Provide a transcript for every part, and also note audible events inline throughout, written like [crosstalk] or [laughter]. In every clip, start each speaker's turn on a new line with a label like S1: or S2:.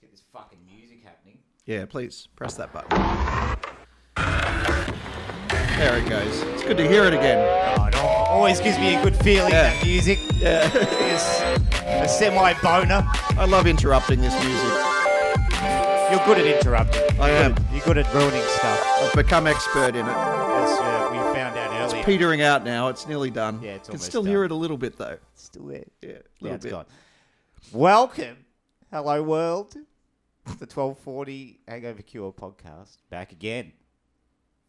S1: get this fucking music happening.
S2: Yeah, please press that button. There it goes. It's good to hear it again.
S1: Oh, it al- always gives me a good feeling,
S2: Yeah.
S1: that music.
S2: Yeah,
S1: It's a semi boner.
S2: I love interrupting this music.
S1: You're good at interrupting.
S2: I am.
S1: You're good at ruining stuff.
S2: I've become expert in it.
S1: As uh, we found out earlier.
S2: Petering out now. It's nearly done.
S1: Yeah, it's
S2: Can
S1: almost
S2: still hear
S1: done.
S2: it a little bit though.
S1: It's still there.
S2: Yeah, a little
S1: Now it's
S2: bit.
S1: gone. Welcome, hello world, to the 1240 Hangover Cure podcast. Back again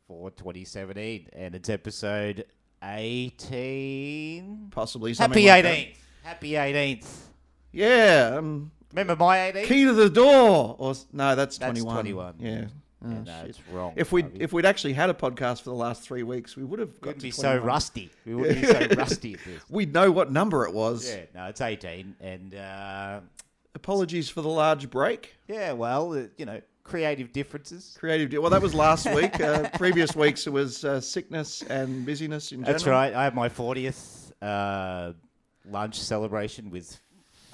S1: for 2017, and it's episode 18.
S2: Possibly something.
S1: Happy
S2: like
S1: 18th.
S2: that.
S1: Happy 18th.
S2: Yeah. Um,
S1: Remember my 18th?
S2: key to the door. Or s- no, that's,
S1: That's
S2: 21.
S1: 21.
S2: Yeah. Oh,
S1: Yeah, no,
S2: shit.
S1: it's wrong,
S2: If we
S1: Harvey.
S2: if we'd actually had a podcast for the last three weeks, we would have
S1: we
S2: got to
S1: wouldn't be so
S2: 21.
S1: rusty.
S2: [laughs]
S1: We wouldn't be so rusty at this.
S2: We'd know what number it was.
S1: Yeah, no, it's 18, and uh,
S2: Apologies for the large break.
S1: yeah, well, uh, you know, creative differences.
S2: Creative. Deal. Well, that was last week. Uh, previous weeks it was uh, sickness and busyness in general.
S1: That's right. I had my 40th uh, lunch celebration with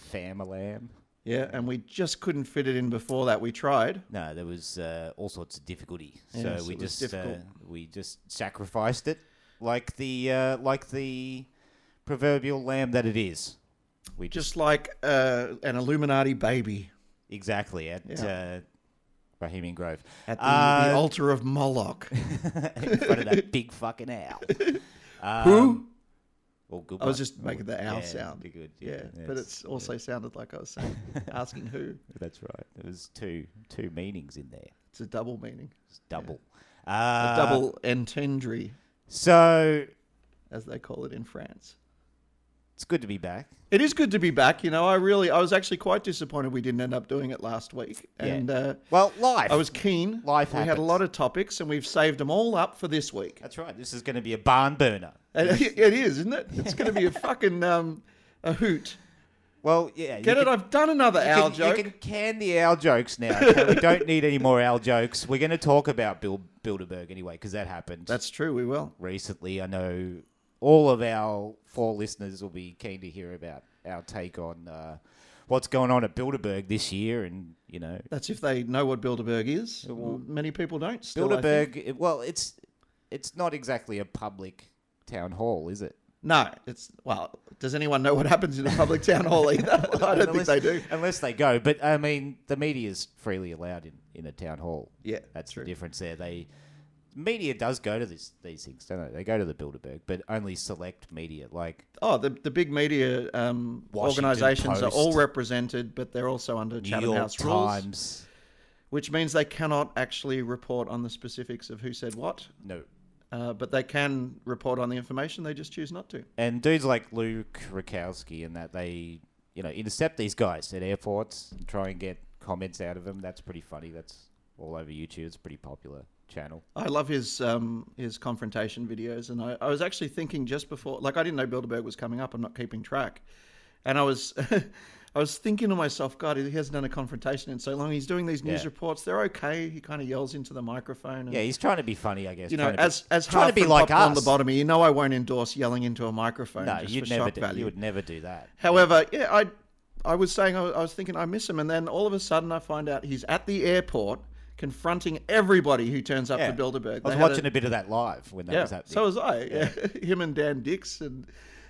S1: Famalam.
S2: Yeah, and we just couldn't fit it in before that. We tried.
S1: No, there was uh, all sorts of difficulty.
S2: Yes,
S1: so we
S2: it was
S1: just uh,
S2: difficult.
S1: we just sacrificed it, like the uh, like the proverbial lamb that it is. We just,
S2: Just like uh, an Illuminati baby
S1: exactly at
S2: Yeah.
S1: uh, Bohemian Grove
S2: at the, the
S1: Uh,
S2: altar of Moloch.
S1: [laughs] in front of that big fucking
S2: [laughs]
S1: owl.
S2: Who?
S1: Well, good
S2: I was
S1: one.
S2: just making the owl
S1: um, Yeah,
S2: sound.
S1: be good,
S2: Yeah,
S1: yeah,
S2: but
S1: that's-
S2: it's also sounded like I
S1: [laughs]
S2: was saying, asking who.
S1: That's right. There was two two meanings in there.
S2: It's a double meaning,
S1: It's double.
S2: a
S1: Uh,
S2: double entendre,
S1: So
S2: as they call it in France.
S1: it's good to be back.
S2: It is good to be back. You know, I really, I was actually quite disappointed we didn't end up doing it last week,
S1: Yeah.
S2: and uh,
S1: Well, life.
S2: I was keen.
S1: Life
S2: we had a
S1: happens.
S2: lot of topics, and we've saved them all up for this week.
S1: That's right. This is going to be a barn burner.
S2: [laughs] And it is, isn't it? It's going to
S1: [laughs]
S2: be a fucking um, a hoot.
S1: Well, yeah.
S2: Get
S1: you
S2: it?
S1: can-
S2: I've done another
S1: you
S2: owl
S1: can,
S2: joke.
S1: You can can the owl jokes now. okay? we don't need any more owl jokes. We're going to talk about Bill Bilderberg anyway, because that happened
S2: That's true. We will.
S1: recently. I know all of our four listeners will be keen to hear about our take on uh, what's going on at Bilderberg this year, and you know,
S2: That's if they know what Bilderberg is. Many people don't. Still, I think.
S1: Bilderberg. it- well, it's it's not exactly a public town hall, is it?
S2: No, it's well. Does anyone know what happens in a public town hall
S1: [laughs]
S2: either? [laughs] I don't think
S1: unless,
S2: they do.
S1: Unless they go. But I mean, the media is freely allowed in, in a town hall.
S2: Yeah,
S1: That's
S2: true.
S1: the difference there. They media does go to this, these things, don't they? They go to the Bilderberg, but only select media. Like
S2: Oh, the the big media um,
S1: Washington
S2: organisations are all
S1: Post.
S2: represented, but they're also under
S1: New
S2: Chatham
S1: York
S2: House rules,
S1: Times.
S2: which means they cannot actually report on the specifics of who said what.
S1: No.
S2: Uh, but they can report on the information. They just choose not to.
S1: And dudes like Luke Rakowski and that they you know, intercept these guys at airports and try and get comments out of them. That's pretty funny. That's all over YouTube. It's a pretty popular channel.
S2: I love his um, his confrontation videos, and I, I was actually thinking just before, like I didn't know Bilderberg was coming up. I'm not keeping track, and I was [laughs] I was thinking to myself, God, he hasn't done a confrontation in so long. He's doing these news
S1: Yeah.
S2: reports; they're okay. He kind of yells into the microphone. And,
S1: Yeah, he's trying to be funny, I guess.
S2: you know,
S1: trying to be-
S2: as as
S1: trying to
S2: hard
S1: be like
S2: on
S1: us.
S2: the bottom, you know, I won't endorse yelling into a microphone.
S1: No,
S2: just
S1: you'd
S2: for
S1: never
S2: shock
S1: do.
S2: value.
S1: You would never do that.
S2: However, yeah, I I was saying I was, I was thinking I miss him, and then all of a sudden I find out he's at the airport confronting everybody who turns up
S1: Yeah.
S2: to Bilderberg.
S1: I was
S2: They had
S1: watching a, bit of that live when that
S2: yeah,
S1: was happening.
S2: so was I. [laughs] Him and Dan Dix, and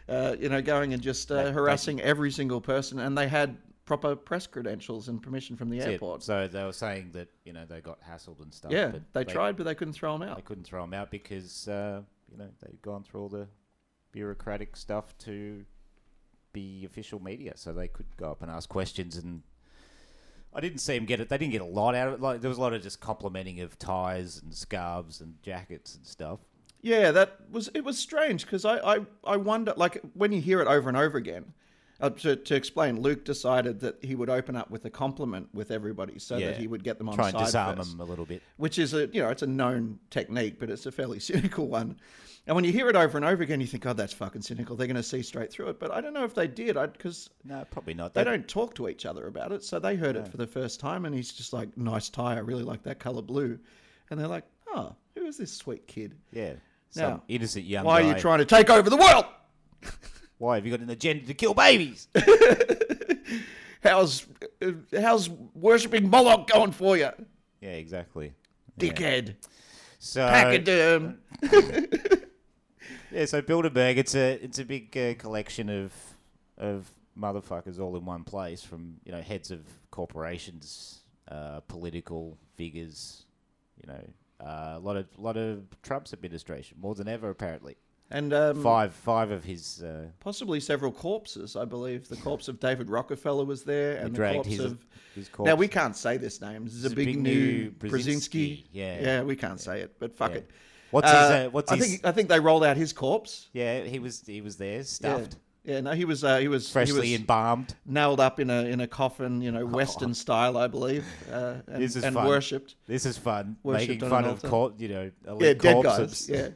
S2: uh, you know, going and just uh, harassing every single person, and they had proper press credentials and permission from the
S1: That's it.
S2: airport.
S1: So they were saying that you know they got hassled and stuff.
S2: yeah,
S1: but
S2: they, tried, but they couldn't throw him
S1: They
S2: out.
S1: couldn't throw him out because uh, you know they'd gone through all the bureaucratic stuff to be official media, so they could go up and ask questions. And I didn't see him get it. They didn't get a lot out of it. Like there was a lot of just complimenting of ties and scarves and jackets and stuff.
S2: Yeah, that was it was strange because I, I I wonder like when you hear it over and over again. Uh, to, to explain, Luke decided that he would open up with a compliment with everybody, so
S1: Yeah.
S2: that he would get them on
S1: Try
S2: side
S1: and disarm
S2: first.
S1: him a little bit.
S2: which is a you know it's a known technique, but it's a fairly [laughs] cynical one. And when you hear it over and over again, you think, "Oh, that's fucking cynical." They're going to see straight through it. But I don't know if they did, because
S1: No, probably not.
S2: they
S1: They-
S2: don't talk to each other about it. So they heard it for the first time, and he's just like, "Nice tie. I really like that color blue." And they're like, "Oh, who is this sweet kid?
S1: Yeah. Some
S2: Now,
S1: innocent young
S2: Why
S1: guy.
S2: are you trying to take over the world?" [laughs]
S1: Why have you got an agenda to kill babies?
S2: how's how's worshiping Moloch going for you,
S1: Yeah, exactly. Yeah.
S2: dickhead?
S1: So
S2: Pachyderm.
S1: yeah, so Bilderberg, it's a it's a big uh, collection of of motherfuckers all in one place, from you know heads of corporations, uh, political figures, you know. Uh, a lot of lot of Trump's administration, more than ever apparently.
S2: And um,
S1: Five five of his uh,
S2: possibly several corpses. I believe the corpse of David Rockefeller was
S1: he
S2: there, and the
S1: dragged
S2: corpse
S1: his
S2: of
S1: his corpse.
S2: now we can't say this name. Zbigniew
S1: Zbigniew
S2: Brzezinski.
S1: Brzezinski. Yeah.
S2: yeah, we can't say it, but fuck
S1: Yeah.
S2: it.
S1: what's his uh,
S2: Uh,
S1: what's
S2: I
S1: his
S2: think I think they rolled out his corpse.
S1: yeah he was he was there
S2: Yeah.
S1: stuffed
S2: Yeah, no, he was uh, he was
S1: freshly
S2: he was
S1: embalmed.
S2: nailed up in a in a coffin, you know, Western style, I believe, uh, and,
S1: This is
S2: and
S1: fun.
S2: worshipped.
S1: This is fun
S2: Worshipped
S1: making
S2: on
S1: fun
S2: an
S1: of
S2: altar.
S1: cor- you know elite
S2: Yeah, dead
S1: corpses.
S2: guys. Yeah,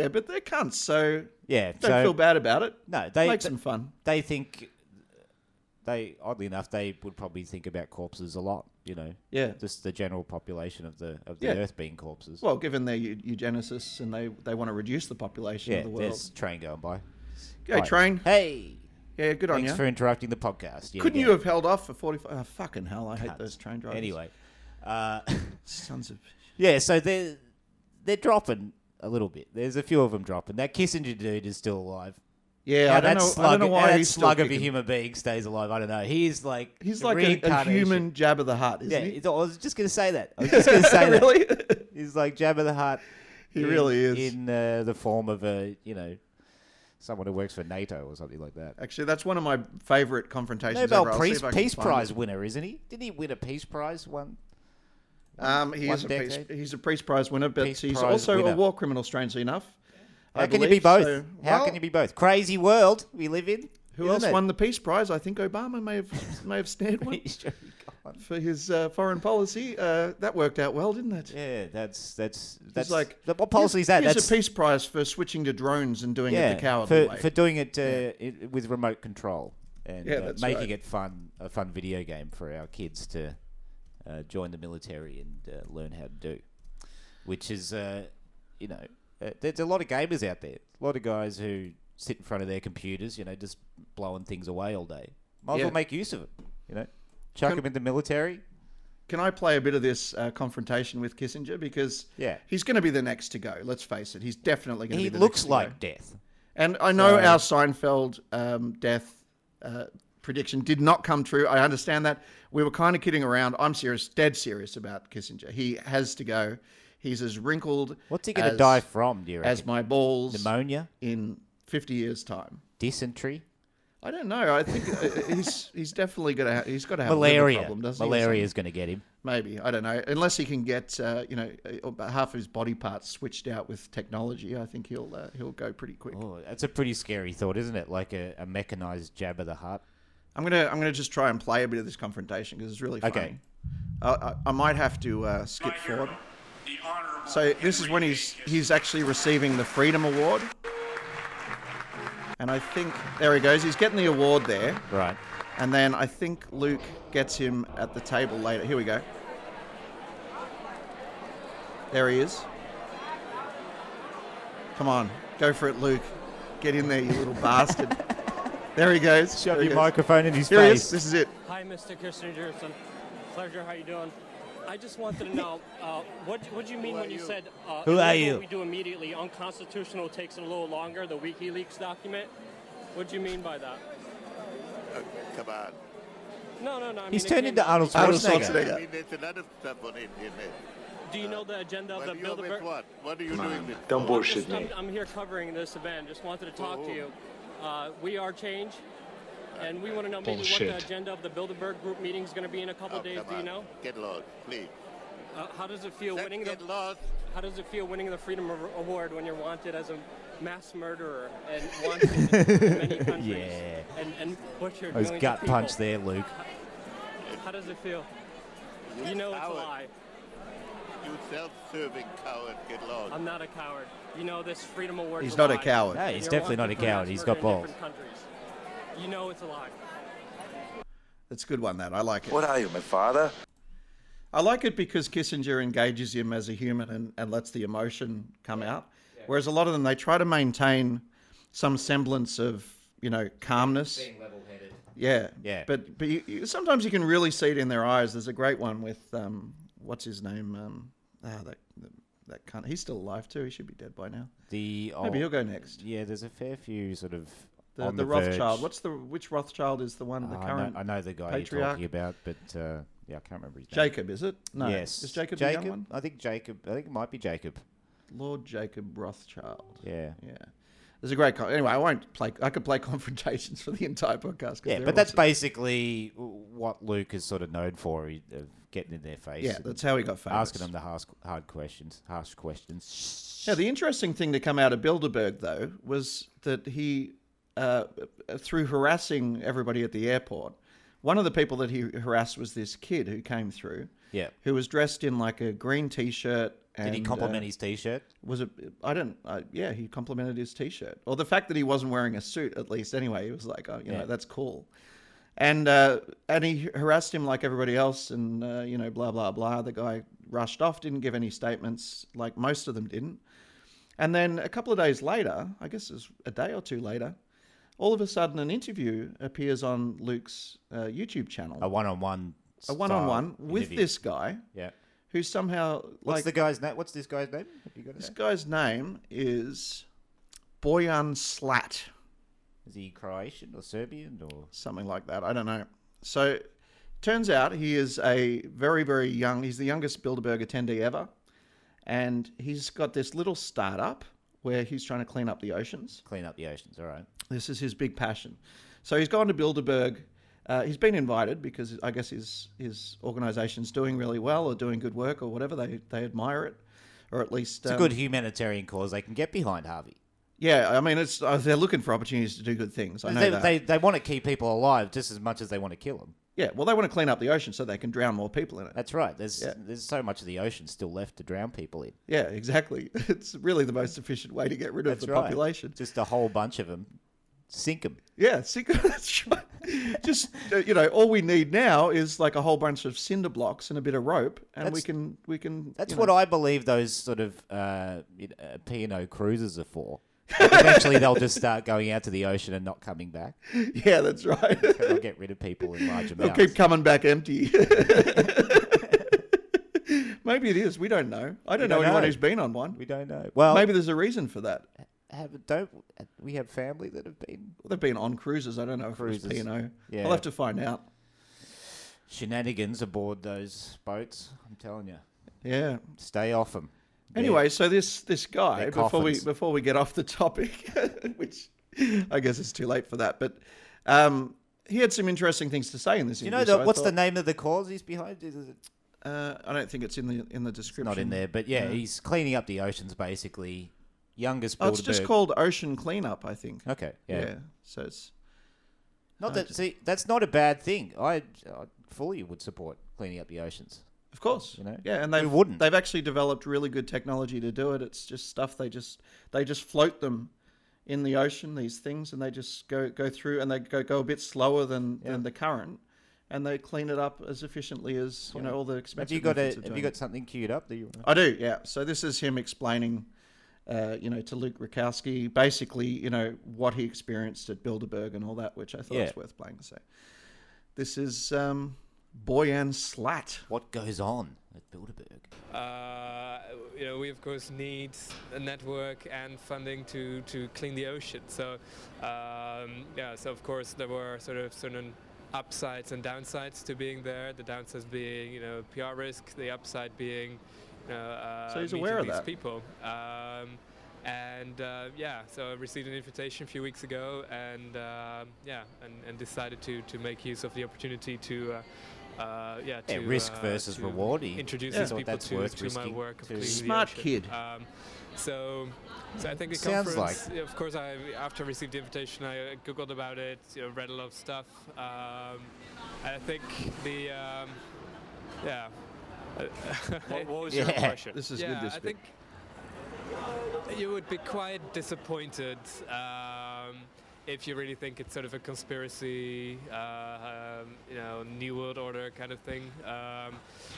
S2: yeah, but they're cunts, so
S1: Yeah,
S2: don't
S1: so
S2: feel bad about it.
S1: no, they
S2: Make
S1: th-
S2: some fun.
S1: they think they oddly enough they would probably think about corpses a lot. You know,
S2: Yeah.
S1: just the general population of the of the
S2: Yeah.
S1: earth being corpses.
S2: Well, given they're eu- eugenicists and they they want to reduce the population
S1: yeah,
S2: of the world.
S1: there's a train going by.
S2: Go train.
S1: Hey,
S2: Yeah, good on
S1: thanks
S2: you.
S1: for interrupting the podcast. Yeah,
S2: Couldn't
S1: yeah.
S2: you have held off for 45? Oh, fucking hell, I hate those train drivers.
S1: Anyway, uh, [laughs]
S2: Sons of...
S1: yeah, so they're they're dropping a little bit. There's a few of them dropping. That Kissinger dude is still alive.
S2: Yeah,
S1: Now
S2: I, don't
S1: that
S2: know,
S1: slug,
S2: I don't know
S1: now
S2: why
S1: that
S2: he's still
S1: slug of a
S2: kicking.
S1: human being stays alive. I don't know. He's like
S2: He's
S1: the
S2: like a- a,
S1: reincarnation.
S2: human jab of the heart, isn't
S1: Yeah,
S2: he?
S1: it's- I was just gonna say that. I was just
S2: [laughs]
S1: gonna say that.
S2: really? [laughs]
S1: He's like Jabba the Hutt.
S2: He
S1: in-
S2: really is.
S1: in uh, the form of a you know someone who works for NATO or something like that.
S2: Actually, that's one of my favorite confrontations
S1: Nobel
S2: ever. I'll see
S1: Peace,
S2: if I can
S1: Peace
S2: find
S1: Prize
S2: it.
S1: winner, isn't he? Didn't he win a Peace Prize one?
S2: Um, he
S1: one
S2: is a peace,
S1: decade?
S2: he's a Peace Prize winner, but
S1: Peace
S2: he's
S1: Prize
S2: also a
S1: winner.
S2: war criminal, strangely enough.
S1: How
S2: I
S1: can you be
S2: believe,
S1: both?
S2: so-
S1: How
S2: well,
S1: can you be both? Crazy world we live in.
S2: Who
S1: isn't
S2: else
S1: it? [laughs]
S2: won the Peace Prize? I think Obama may have may have snared one for his uh, foreign policy. Uh, that worked out well, didn't it?
S1: yeah, that's that's that's
S2: It's like
S1: the- what policy is that?
S2: Here's
S1: That's
S2: a peace prize for switching to drones and doing it the cowardly
S1: for,
S2: way.
S1: for doing it, uh, it with remote control and
S2: Yeah,
S1: uh,
S2: that's
S1: making
S2: right.
S1: it fun a fun video game for our kids to uh, join the military and uh, learn how to do, which is uh, you know uh, there's a lot of gamers out there, a lot of guys who sit in front of their computers, you know, just blowing things away all day. Might as
S2: Yeah.
S1: well make use of it, you know. Chuck
S2: Can-
S1: them in the military.
S2: Can I play a bit of this uh, confrontation with Kissinger because
S1: Yeah.
S2: he's going to be the next to go. Let's face it, he's definitely going to
S1: He
S2: be. the
S1: looks
S2: next
S1: like
S2: to go.
S1: death.
S2: and I know our Seinfeld um, death uh, prediction did not come true. I understand that we were kind of kidding around. I'm serious, dead serious about Kissinger. He has to go. He's as wrinkled.
S1: What's he going to
S2: as-
S1: die from? Do you
S2: As
S1: reckon?
S2: my balls
S1: Pneumonia,
S2: in 50 years' time.
S1: dysentery.
S2: I don't know. I think uh, he's he's definitely gonna ha- he's got to have a liver
S1: malaria.
S2: problem, doesn't he, or
S1: malaria is going to get him.
S2: something? Maybe I don't know. Unless he can get uh, you know uh, about half of his body parts switched out with technology, I think he'll uh, he'll go pretty quick.
S1: Oh, that's a pretty scary thought, isn't it? Like a, a mechanized jab of the heart.
S2: I'm gonna I'm gonna just try and play a bit of this confrontation because it's really funny.
S1: Okay.
S2: I, I, I might have to uh, skip forward. So this is when he's he's actually receiving the Freedom Award, and I think there he goes. He's getting the award there.
S1: Right.
S2: And then I think Luke gets him at the table later. Here we go. There he is. Come on, go for it, Luke. Get in there, you little
S1: [laughs]
S2: bastard. There he goes.
S1: Shove
S2: There he
S1: your
S2: goes.
S1: microphone in his
S2: Here he is.
S1: face.
S2: This is it.
S3: Hi, Mr. Kissinger. It's a pleasure. How you doing? I just wanted to
S4: [laughs]
S3: know uh, what what do you mean when you, said uh,
S1: Who are
S3: illegal
S1: you?
S3: We do immediately unconstitutional takes a little longer. The WikiLeaks document. What do you mean by that?
S4: Come on.
S3: No, no, no. I
S1: He's
S3: mean, it
S1: turned
S3: came-
S1: into Arnold
S2: Arnold
S1: Schwarzenegger.
S2: Schwarzenegger.
S4: I mean, there's a lot of stuff on it, in it.
S3: Do you know the agenda of
S4: But
S3: the
S4: you're with
S3: Bilderberg?
S4: what? What are you doing with
S5: Don't
S4: for?
S5: bullshit me.
S3: I'm, I'm here covering this event. Just wanted to talk to
S4: Ooh.
S3: you. Uh, we are change, and we want to know maybe what
S5: Bullshit.
S3: the agenda of the Bilderberg group meeting is going to be in a couple
S4: Oh,
S3: days.
S4: come
S3: Do you
S4: on.
S3: know?
S4: Get lost, please.
S3: Uh, how does it feel
S4: Let's
S3: winning the
S4: get lost.
S3: How does it feel winning the Freedom Av- Award when you're wanted as a mass murderer
S1: [laughs]
S3: and wanted in many countries?
S1: Yeah.
S3: And, and butchered
S1: Those
S3: millions of
S1: Oh, gut
S3: people?
S1: punch there, Luke.
S3: How does it feel? You know it's a
S4: coward.
S3: lie.
S4: You self-serving coward. Get lost.
S3: I'm not a coward. You know this Freedom Award.
S2: He's not a coward.
S1: No, he's definitely not a coward. He's got balls.
S3: You know it's a lie.
S2: That's a good one. That I like it.
S5: What are you, my father?
S2: I like it because Kissinger engages him as a human and, and lets the emotion come out. Whereas a lot of them, they try to maintain some semblance of you know calmness. Yeah.
S1: Yeah.
S2: But but you, you, sometimes you can really see it in their eyes. There's a great one with um, what's his name? Um, ah, that that cunt. He's still alive too. He should be dead by now.
S1: The oh,
S2: Maybe he'll go next.
S1: Yeah, there's a fair few sort of
S2: The,
S1: on
S2: the, Rothschild.
S1: verge.
S2: What's the which Rothschild is the one? The
S1: Oh, I know-
S2: current
S1: I know, the guy you're
S2: patriarch?
S1: talking about, but uh, yeah, I can't remember his name.
S2: Jacob is it? No.
S1: yes,
S2: Is Jacob,
S1: Jacob.
S2: the young one?
S1: I think Jacob. I think it might be Jacob.
S2: Lord Jacob Rothschild.
S1: Yeah.
S2: Yeah. There's a great con- anyway. I won't play. I could play [laughs] confrontations for the entire podcast. 'cause
S1: Yeah,
S2: they're
S1: but that's
S2: awesome.
S1: basically what Luke is sort of known for, he- of getting in their face,
S2: yeah.
S1: and
S2: That's how he got famous.
S1: asking them the harsh, hard questions, harsh questions.
S2: Now, the interesting thing to come out of Bilderberg, though, was that he, uh, through harassing everybody at the airport, one of the people that he harassed was this kid who came through,
S1: Yeah.
S2: who was dressed in like a green T-shirt. And,
S1: Did he compliment
S2: uh,
S1: his t-shirt?
S2: was it? I don't. I, yeah, he complimented his T-shirt, or the fact that he wasn't wearing a suit. At least, anyway, he was like, oh, you
S1: Yeah.
S2: know, that's cool. And uh, and he harassed him like everybody else, and uh, you know, blah blah blah. The guy rushed off, didn't give any statements, like most of them didn't. And then a couple of days later, I guess it was a day or two later, all of a sudden an interview appears on Luke's uh, YouTube channel,
S1: A one-on-one.
S2: a one-on-one with this guy,
S1: Yeah.
S2: who somehow
S1: What's
S2: like
S1: the guy's name? What's this guy's name? Have you got it?
S2: this guy's name is Boyan Slat,
S1: Is he Croatian or Serbian or?
S2: something like that. I don't know. So, turns out he is a very, very young. He's the youngest Bilderberg attendee ever, and he's got this little startup where he's trying to clean up the oceans.
S1: Clean up the oceans. All right.
S2: This is his big passion. So he's gone to Bilderberg. Uh, he's been invited because I guess his his organisation's doing really well or doing good work or whatever. They they admire it, or at least
S1: It's
S2: um,
S1: a good humanitarian cause. They can get behind Harvey.
S2: Yeah, I mean, it's uh, they're looking for opportunities to do good things. I know
S1: They,
S2: that.
S1: they, they want to keep people alive just as much as they want to kill them.
S2: yeah, well, they want to clean up the ocean so they can drown more people in it.
S1: That's right. There's
S2: Yeah.
S1: there's so much of the ocean still left to drown people in.
S2: Yeah, exactly. [laughs] It's really the most efficient way to get rid of
S1: That's
S2: the
S1: right.
S2: population.
S1: Just a whole bunch of them. Sink them.
S2: Yeah, see, [laughs] that's right. Just uh, you know, all we need now is like a whole bunch of cinder blocks and a bit of rope, and we
S1: That's-
S2: can we can.
S1: That's
S2: you
S1: what
S2: know-
S1: I believe those sort of uh, you know, uh, P&O cruises are for. Like, eventually they'll just start going out to the ocean and not coming back.
S2: [laughs] Yeah, that's right.
S1: [laughs] They'll get rid of people in large
S2: They'll
S1: amounts.
S2: keep coming back empty. [laughs] Maybe it is. We don't know. I don't know
S1: don't
S2: anyone
S1: know.
S2: who's been on one.
S1: we don't know. Well,
S2: Maybe there's a reason for that.
S1: have, don't we have family that have been
S2: Well, they've been on cruises. I don't know if
S1: Cruises.
S2: it was P&O.
S1: Yeah.
S2: I'll have to find out.
S1: shenanigans aboard those boats? I'm telling you,
S2: Yeah.
S1: stay off them.
S2: Anyway, so this this guy
S1: They're
S2: before we
S1: coffins.
S2: before we get off the topic, [laughs] which I guess it's too late for that, but um, he had some interesting things to say in this
S1: Do you
S2: interview.
S1: know
S2: so
S1: the,
S2: I
S1: what's the
S2: thought-
S1: name of the cause he's behind? Is it
S2: Uh, I don't think it's in the in the description.
S1: not in there, but yeah, he's cleaning up the oceans basically. Youngest Bilderberg.
S2: Oh, it's just called Ocean Cleanup, I think.
S1: Okay, yeah.
S2: So it's
S1: Not that. See, that's not a bad thing. I, I fully would support cleaning up the oceans.
S2: of course,
S1: You know,
S2: yeah, and
S1: who
S2: they
S1: wouldn't?
S2: They've actually developed really good technology to do it. It's just stuff they just they just float them in the ocean. These things, and they just go go through, and they go go a bit slower than than the current, and they clean it up as efficiently as you know all the expensive.
S1: Have you got a,
S2: methods of
S1: Have you
S2: doing
S1: got something queued up that you? wanna-
S2: I do, yeah. So this is him explaining, uh, you know, to Luke Rakowski, basically, you know, what he experienced at Bilderberg and all that, which I thought
S1: Yeah.
S2: was worth playing. So this is um, Boyan Slat.
S1: What goes on at Bilderberg?
S5: Uh, you know, we of course need a network and funding to, to clean the ocean. So, um, yeah, so of course there were sort of certain upsides and downsides to being there. The downsides being, you know, PR risk. The upside being, you know, uh,
S2: So he's
S5: meeting
S2: aware of
S5: these
S2: that.
S5: people. Um, and uh, yeah, so I received an invitation a few weeks ago, and um yeah, and, and decided to, to make use of the opportunity to. Uh, uh, yeah,
S1: Yeah,
S5: to,
S1: risk
S5: uh,
S1: versus
S5: to
S1: reward. He
S5: Introduce
S1: Yeah.
S5: these
S1: thought
S5: people
S1: that's
S5: to,
S1: worth
S5: to my
S1: risking
S5: work. of
S1: to-
S5: cleaning the
S2: Smart
S5: ocean.
S2: kid.
S5: Um, so, so I think the
S1: Sounds
S5: conference. Of course, I after I received the invitation, I uh, googled about it, you know, read a lot of stuff. Um, and I think the um, yeah.
S3: What, what was your
S1: Yeah.
S3: question?
S2: This is
S5: yeah,
S2: good. This
S5: I
S2: bit.
S5: think you would be quite disappointed um, if you really think it's sort of a conspiracy, uh, um, you know, New World Order kind of thing. Um,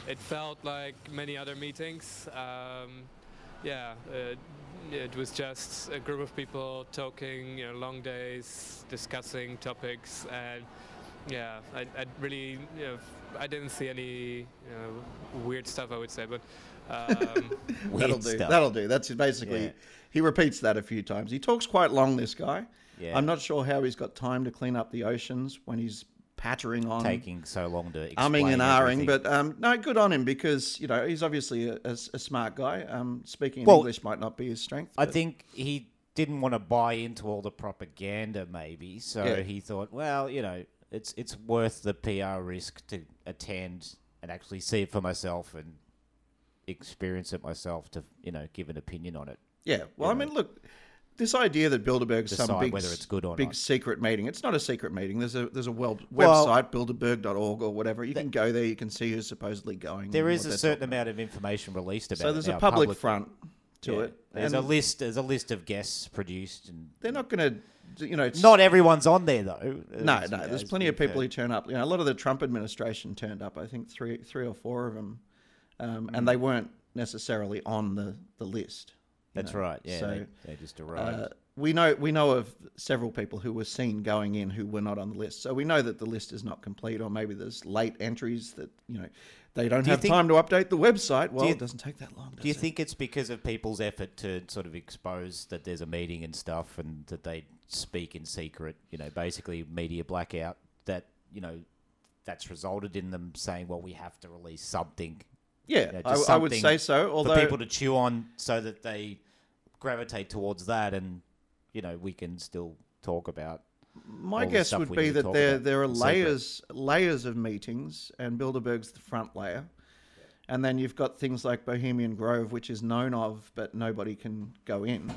S5: it felt like many other meetings. Um, yeah, uh, it was just a group of people talking, you know, long days, discussing topics, and yeah, I, I really, you know, f- I didn't see any you know, weird stuff. I would say, but um,
S1: Weird
S2: That'll do.
S1: stuff.
S2: That'll do. That's basically.
S1: Yeah.
S2: He repeats that a few times. He talks quite long. This guy.
S1: Yeah.
S2: I'm not sure how he's got time to clean up the oceans when he's pattering on,
S1: taking so long to explain
S2: umming and ahhing.
S1: everything.
S2: But um, no, good on him because you know he's obviously a, a s- a smart guy. Um, speaking in
S1: Well,
S2: English might not be his strength.
S1: I
S2: but-
S1: think he didn't want to buy into all the propaganda, maybe. So
S2: Yeah.
S1: he thought, well, you know, it's it's worth the PR risk to attend and actually see it for myself and experience it myself to you know give an opinion on it.
S2: Yeah. Well, I mean, look, this idea that Bilderberg's some
S1: Decide
S2: big,
S1: whether it's good or
S2: big
S1: not.
S2: secret meeting. It's not a secret meeting. There's a there's a well,
S1: Well-
S2: website bilderberg.org or whatever. You can go there. You can see who's supposedly going.
S1: There
S2: and
S1: is
S2: what
S1: a
S2: they're
S1: certain
S2: talking
S1: amount of information released about.
S2: about. So
S1: it
S2: there's a
S1: now,
S2: public, front to
S1: yeah.
S2: it.
S1: There's
S2: and
S1: a list. There's a list of guests produced, and
S2: They're not going to, you know, it's,
S1: not everyone's on there though.
S2: No,
S1: as-
S2: no. There's
S1: as
S2: plenty of
S1: we've
S2: people who
S1: heard.
S2: turn up. You know, a lot of the Trump administration turned up. I think three, three or four of them, um,
S1: Mm.
S2: and they weren't necessarily on the the list. you
S1: That's
S2: know.
S1: right. Yeah,
S2: So,
S1: they, they just arrived.
S2: Uh, we know we know of several people who were seen going in who were not on the list. So we know that the list is not complete, or maybe there's late entries that you know they don't
S1: Do you
S2: have
S1: think-
S2: time to update the website. Well,
S1: you-
S2: it doesn't take that long.
S1: Do you
S2: does it?
S1: think it's because of people's effort to sort of expose that there's a meeting and stuff and that they speak in secret, you know, basically media blackout that, you know, that's resulted in them saying, well, we have to release something.
S2: Yeah,
S1: you know,
S2: I,
S1: just
S2: I would
S1: something
S2: say so.
S1: for
S2: Although
S1: people to chew on so that they gravitate towards that and, you know, we can still talk about.
S2: my
S1: all the
S2: guess
S1: stuff
S2: would
S1: we
S2: be
S1: didn't
S2: that
S1: talk
S2: there
S1: about
S2: there are
S1: in secret.
S2: layers layers of meetings, and Bilderberg's the front layer, and then you've got things like Bohemian Grove, which is known of but nobody can go in.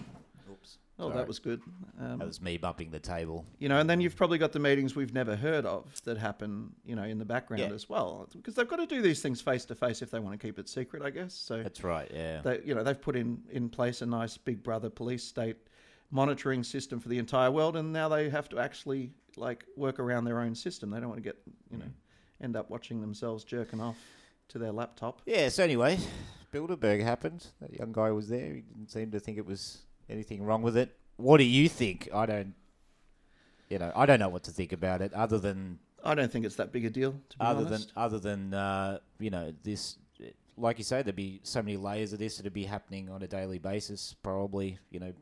S1: Oops.
S2: Oh,
S1: Sorry.
S2: that was good. Um,
S1: That was me bumping the table.
S2: you know, and then you've probably got the meetings we've never heard of that happen, you know, in the background
S1: Yeah.
S2: as well, because they've got to do these things face to face if they want to keep it secret, I guess. So,
S1: That's right, yeah.
S2: they, you know, they've put in in place a nice big brother police state monitoring system for the entire world, and now they have to actually like work around their own system. They don't want to get, you know,
S1: Mm.
S2: end up watching themselves jerking off to their laptop.
S1: Yeah, so anyway, Bilderberg happened. That young guy was there. He didn't seem to think it was anything wrong with it. What do you think? I don't you know, I don't know what to think about it other than
S2: I don't think it's that big a deal, to be
S1: other
S2: honest.
S1: than other than uh, you know, this like you say, there'd be so many layers of this that'd be happening on a daily basis, probably, you know,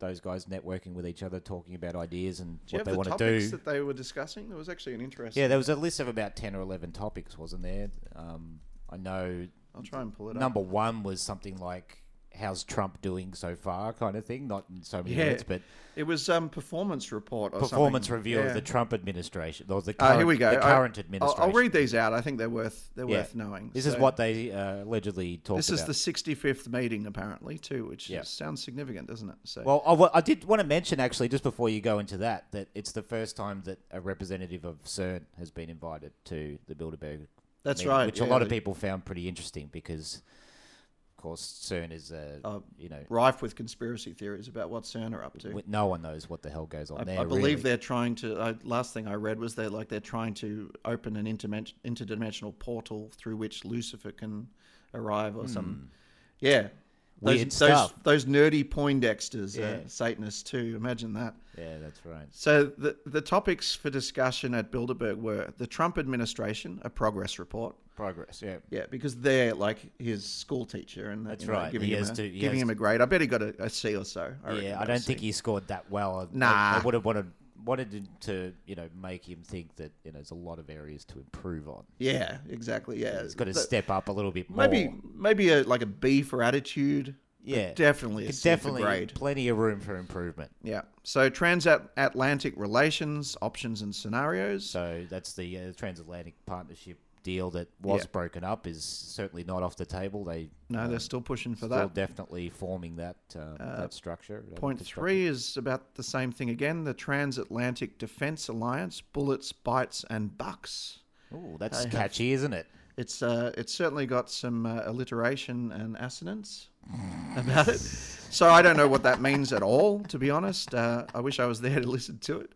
S1: those guys networking with each other, talking about ideas and
S2: do
S1: what
S2: you have
S1: they
S2: the
S1: want to
S2: topics
S1: do.
S2: that they were discussing? There was actually an interesting.
S1: Yeah, there was a list of about ten or eleven topics, wasn't there? Um, I know
S2: I'll try and pull it up.
S1: number one was something like how's Trump doing so far kind of thing, not in so many
S2: Yeah.
S1: words, but
S2: It was um, performance report or
S1: performance
S2: something.
S1: review
S2: Yeah.
S1: of the Trump administration or the
S2: Uh,
S1: current,
S2: here we go.
S1: the
S2: I-
S1: current
S2: I'll-
S1: administration.
S2: I'll, read these out. I think they're worth they're
S1: Yeah.
S2: worth knowing.
S1: This is
S2: So-
S1: what they uh, allegedly talked
S2: This is
S1: about.
S2: the 65th meeting apparently too, which
S1: Yeah.
S2: is, sounds significant, doesn't it? So
S1: well, I wa- I did want to mention actually just before you go into that that it's the first time that a representative of CERN has been invited to the Bilderberg.
S2: That's
S1: meeting,
S2: right,
S1: which a
S2: yeah.
S1: lot of people found pretty interesting because, of course, CERN is a
S2: Uh,
S1: you know
S2: rife with conspiracy theories about what CERN are up to.
S1: w- no one knows what the hell goes on
S2: I,
S1: there.
S2: I believe
S1: really.
S2: they're trying to. I, last thing I read was they're like they're trying to open an intermen- interdimensional portal through which Lucifer can arrive or some. Yeah, those,
S1: Hmm. Weird
S2: those,
S1: stuff.
S2: Those nerdy Poindexters,
S1: Yeah.
S2: uh, Satanists too. Imagine that.
S1: Yeah, that's right.
S2: So the the topics for discussion at Bilderberg were the Trump administration, a progress report.
S1: Progress. Yeah.
S2: Yeah, because they're like his school teacher, and
S1: That's
S2: you know,
S1: right.
S2: Giving,
S1: He
S2: him,
S1: has
S2: a,
S1: to- he
S2: giving
S1: has
S2: him
S1: to-
S2: a grade. I bet he got a, a C or so. I reckon
S1: yeah,
S2: got
S1: I
S2: a
S1: don't
S2: C.
S1: think he scored that well. I- I-
S2: Nah.
S1: I would have wanted wanted him to you know make him think that you know there's a lot of areas to improve on.
S2: Yeah, exactly. Yeah,
S1: He's got to
S2: The-
S1: step up a little bit more.
S2: Maybe maybe a, like a B for attitude. but
S1: yeah,
S2: definitely a
S1: Could
S2: C for
S1: definitely
S2: grade.
S1: plenty of room for improvement.
S2: Yeah. So transatlantic relations, options and scenarios.
S1: So that's the uh, transatlantic partnership deal that was
S2: Yeah.
S1: broken up is certainly not off the table. They
S2: no, they're still pushing for
S1: um, still
S2: that.
S1: definitely forming that um, that structure. uh,
S2: Point
S1: construct-
S2: three is about the same thing again. The transatlantic defense alliance: bullets, bites, and bucks.
S1: Ooh, that's catchy, isn't it?
S2: It's uh, it's certainly got some uh, alliteration and assonance about it. So I don't know what that means at all, to be honest. Uh, I wish I was there to listen to it.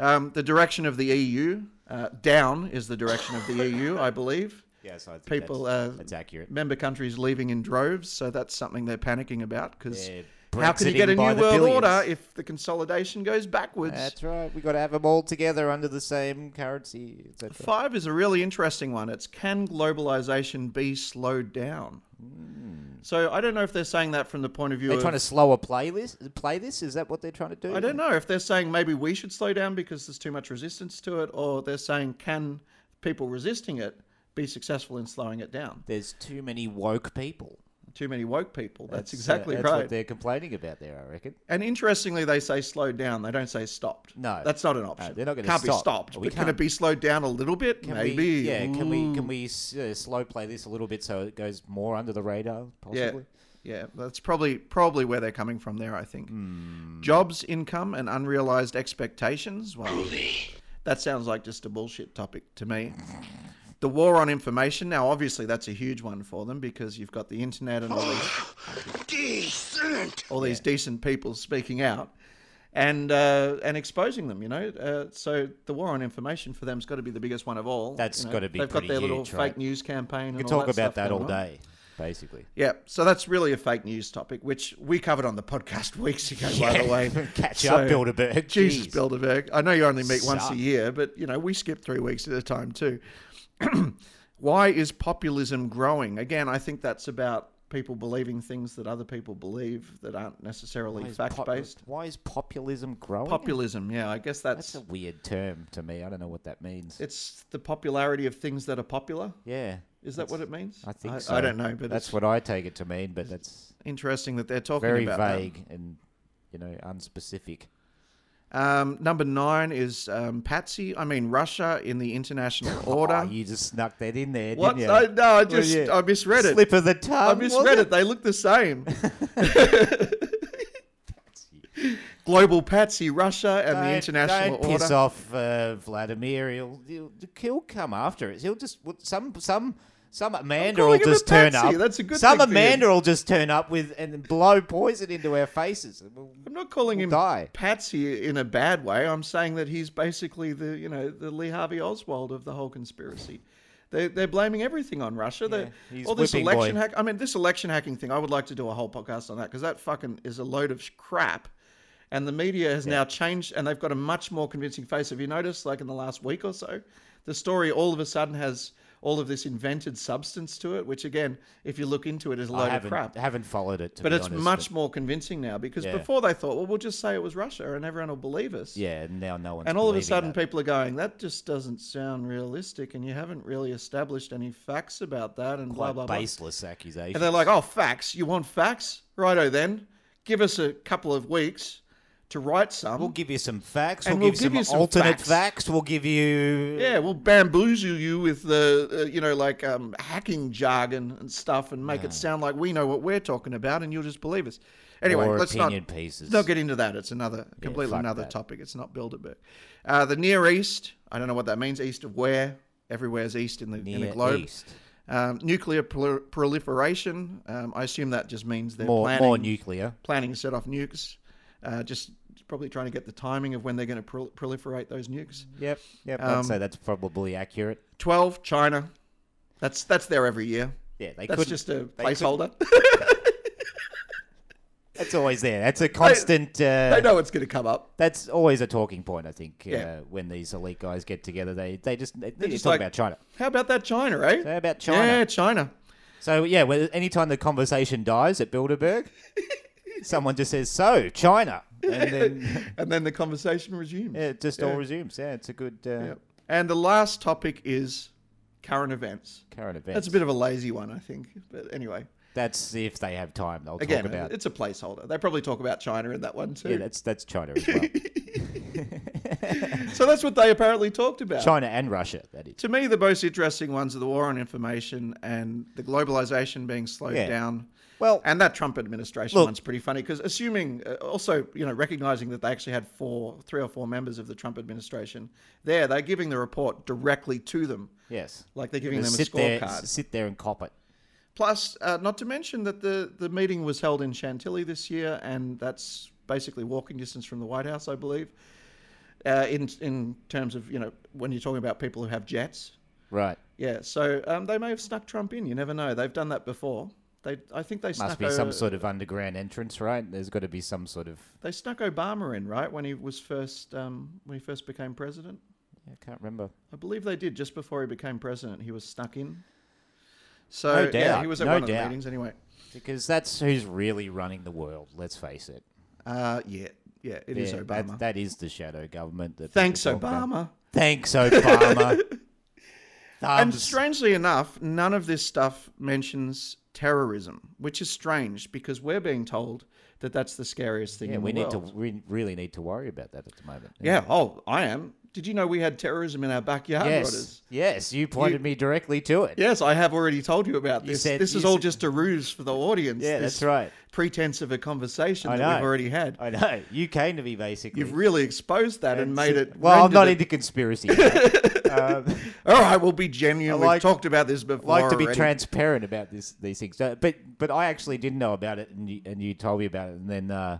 S2: Um, the direction of the EU uh, down is the direction of the EU,
S1: [laughs]
S2: I believe.
S1: Yes, I think
S2: People,
S1: that's,
S2: uh,
S1: that's accurate.
S2: Member countries leaving in droves, so that's something they're panicking about because
S1: Yeah,
S2: How can you get
S1: Brexiting
S2: a
S1: by
S2: new
S1: the
S2: world
S1: billions.
S2: order if the consolidation goes backwards?
S1: That's right. We got to have them all together under the same currency, etc.
S2: Five is a really interesting one. It's can globalization be slowed down? So I don't know if they're saying that from the point of view
S1: Hmm. They're
S2: of
S1: trying to slow a playlist. Play this? Is that what they're trying to do?
S2: I don't know if they're saying maybe we should slow down because there's too much resistance to it, or they're saying can people resisting it be successful in slowing it down?
S1: There's too many woke people.
S2: Too many woke people. That's,
S1: uh,
S2: exactly
S1: that's What
S2: right.
S1: they're complaining about there, I reckon.
S2: and interestingly, they say slowed down. They don't say stopped.
S1: No.
S2: that's not an option.
S1: they're not gonna
S2: Can't
S1: stop.
S2: be stopped.
S1: We
S2: but can it
S1: can't.
S2: be slowed down a little bit?
S1: Can
S2: maybe.
S1: We, yeah. Can we
S2: Ooh.
S1: can we s- uh, slow play this a little bit so it goes more under the radar?
S2: Yeah.
S1: Possibly.
S2: Yeah, that's probably probably where they're coming from there, I think.
S1: Hmm.
S2: Jobs, income and unrealized expectations. Well, that sounds like just a bullshit topic to me. The war on information. Now, obviously, that's a huge one for them because you've got the internet and all these,
S4: Decent!
S2: all these decent people speaking out and uh, and exposing them. You know, uh, so the war on information for them's got to be the biggest one of all.
S1: That's
S2: you know.
S1: gotta be
S2: They've got
S1: pretty
S2: their little
S1: huge,
S2: fake
S1: right?
S2: news campaign.
S1: We
S2: and
S1: can
S2: all
S1: talk about
S2: stuff
S1: that all
S2: going on.
S1: day, basically.
S2: Yeah, so that's really a fake news topic, which we covered on the podcast [laughs] weeks ago, by the
S1: Yeah.
S2: way.
S1: [laughs] Catch up, Bilderberg.
S2: [laughs] Jesus,
S1: Jeez.
S2: Bilderberg. I know you only meet once a
S1: Suck.
S2: year, but, you know, we skip three weeks at a time, too. [clears throat] Why is populism growing? Again, I think that's about people believing things that other people believe that aren't necessarily
S1: Why is
S2: fact
S1: pop-
S2: based.
S1: Why is populism growing?
S2: Populism, yeah, I guess that's.
S1: That's a weird term to me. I don't know what that means.
S2: it's the popularity of things that are popular.
S1: yeah.
S2: Is that what it means?
S1: I think
S2: I,
S1: so.
S2: I don't know, but
S1: that's
S2: it's
S1: what I take it to mean. But that's
S2: interesting that they're talking
S1: very
S2: about that.
S1: vague and you know unspecific.
S2: Um, number nine is um, Patsy. I mean Russia in the international order.
S1: [laughs] Oh, you just snuck that in there,
S2: what?
S1: didn't you?
S2: I, no, I
S1: Well,
S2: just
S1: yeah.
S2: I misread it.
S1: Slip of the
S2: I
S1: tongue.
S2: misread it? They look
S1: [laughs]
S2: the same. [laughs] Global Patsy, Russia, and the international
S1: don't piss
S2: order.
S1: off uh, Vladimir. He'll, he'll he'll come after us. He'll just well, some some some Amanda
S2: calling
S1: will
S2: him a
S1: just turn
S2: patsy.
S1: up.
S2: That's a good
S1: some
S2: thing for you.
S1: Amanda will just turn up with and blow poison into our faces. And we'll-
S2: I'm not calling
S1: will
S2: him
S1: die.
S2: Patsy in a bad way. I'm saying that he's basically the you know the Lee Harvey Oswald of the whole conspiracy. They they're blaming everything on Russia. They,
S1: Yeah, he's
S2: all this
S1: whipping boy.
S2: election hack. I mean, this election hacking thing. I would like to do a whole podcast on that because that fucking is a load of sh- crap. And the media has now changed, and they've got a much more convincing face. Have you noticed, like in the last week or so, the story all of a sudden has all of this invented substance to it, which again, if you look into it, is a
S1: I
S2: load of
S1: haven't
S2: crap
S1: haven't followed it. To
S2: but
S1: be
S2: it's
S1: honest,
S2: much more convincing now because
S1: Yeah.
S2: before they thought, well, we'll just say it was Russia and everyone will believe us.
S1: yeah. Now no one's
S2: And all of a
S1: believing
S2: sudden,
S1: that.
S2: people are going, that just doesn't sound realistic, and you haven't really established any facts about that, and blah
S1: Quite
S2: blah blah.
S1: baseless accusations.
S2: And they're like, oh, facts? You want facts? Righto then. Give us a couple of weeks to write some.
S1: We'll give you some facts.
S2: And
S1: We'll,
S2: we'll
S1: give,
S2: give
S1: some
S2: you some
S1: alternate
S2: facts.
S1: facts. We'll give you.
S2: yeah, we'll bamboozle you with the, uh, you know, like um, hacking jargon and stuff, and make it sound like we know what we're talking about, and you'll just believe us. Anyway,
S1: Or
S2: let's
S1: opinion
S2: not
S1: pieces.
S2: They'll get into that. It's another completely
S1: fuck
S2: another
S1: that.
S2: topic. It's not Bilderberg. Uh, the Near East. I don't know what that means. East of where? Everywhere's east in the in the
S1: Near
S2: globe.
S1: East.
S2: Um, nuclear prol- proliferation. Um, I assume that just means they're
S1: more
S2: planning
S1: more nuclear.
S2: planning to set off nukes. Uh, just probably trying to get the timing of when they're going to prol- proliferate those nukes.
S1: Yep, yep.
S2: Um,
S1: I'd say that's probably accurate.
S2: Twelve. China. That's that's there every year.
S1: Yeah, they
S2: That's
S1: couldn't-
S2: just a
S1: they couldn't-
S2: placeholder. [laughs]
S1: That's always there. That's a constant.
S2: they
S1: uh,
S2: know it's going to come up.
S1: that's always a talking point. I think
S2: Yeah.
S1: uh, when these elite guys get together, they they just they, they
S2: just
S1: just talk
S2: like-
S1: about China.
S2: How about that China, eh?
S1: How about China?
S2: Yeah, China.
S1: So yeah, well, anytime the conversation dies at Bilderberg,
S2: [laughs]
S1: someone just says, "So China," and
S2: [laughs]
S1: then
S2: And then the conversation resumes.
S1: yeah, [laughs] it just all resumes. Yeah, it's a good uh,
S2: Yep. And the last topic is current events.
S1: current event.
S2: That's a bit of a lazy one, I think. But anyway,
S1: That's if they have time, they'll
S2: again,
S1: talk about.
S2: it's a placeholder. They probably talk about China in that one too.
S1: yeah, that's that's China
S2: [laughs]
S1: as well.
S2: so that's what they apparently talked about.
S1: China and Russia. That is.
S2: To me, the most interesting ones are the war on information and the globalization being slowed
S1: Yeah.
S2: down.
S1: Well-
S2: and that Trump administration
S1: Look-
S2: one's pretty funny because assuming, uh, also, you know, recognizing that they actually had four, three or four members of the Trump administration there, they're giving the report directly to them.
S1: Yes.
S2: Like they're giving
S1: Just
S2: them a
S1: sit there,
S2: scorecard.
S1: s- sit there and cop it.
S2: Plus, uh, not to mention that the, the meeting was held in Chantilly this year, and that's basically walking distance from the White House, I believe. Uh, in in terms of you know when you're talking about people who have jets,
S1: Right.
S2: yeah. So um, they may have snuck Trump in. You never know. They've done that before. They, I think they
S1: Must
S2: snuck
S1: be some
S2: o-
S1: sort of underground entrance, right? There's got to be some sort of.
S2: They snuck Obama in, right, when he was first um, when he first became president.
S1: I can't remember.
S2: I believe they did just before he became president. He was snuck in. So
S1: No
S2: yeah,
S1: doubt,
S2: he was at
S1: no
S2: one of the
S1: doubt.
S2: meetings anyway.
S1: Because that's who's really running the world, let's face it.
S2: Uh, yeah, yeah, it is
S1: Yeah, that-
S2: Obama.
S1: that is the shadow government. That
S2: Thanks,
S1: people talk about.
S2: Obama.
S1: Thanks,
S2: [laughs]
S1: Obama.
S2: And
S1: Thumbs.
S2: strangely enough, none of this stuff mentions terrorism, which is strange because we're being told that that's the scariest thing
S1: yeah,
S2: in
S1: we
S2: the
S1: need to
S2: world.
S1: we really need to worry about that at the moment.
S2: Yeah. Oh, I am. Did you know we had terrorism in our backyard?
S1: Yes.
S2: Rodders?
S1: Yes. You pointed me directly to it.
S2: Yes, I have already told you about
S1: You
S2: this.
S1: said-
S2: this
S1: you
S2: is all
S1: said-
S2: just a ruse for the audience.
S1: Yeah,
S2: this
S1: that's right.
S2: Pretense of a conversation
S1: I
S2: that
S1: know.
S2: we've already had.
S1: I know. You came to me basically.
S2: You've really exposed that and, made
S1: so-
S2: it.
S1: Well, I'm
S2: rendered
S1: not
S2: it-
S1: into
S2: [laughs]
S1: conspiracy. Matt. um,
S2: All right, we'll be genuine.
S1: I like-
S2: We've talked about this before.
S1: like to be
S2: already.
S1: transparent about this, these things. Uh, But but I actually didn't know about it, and you, and you told me about it, and then uh,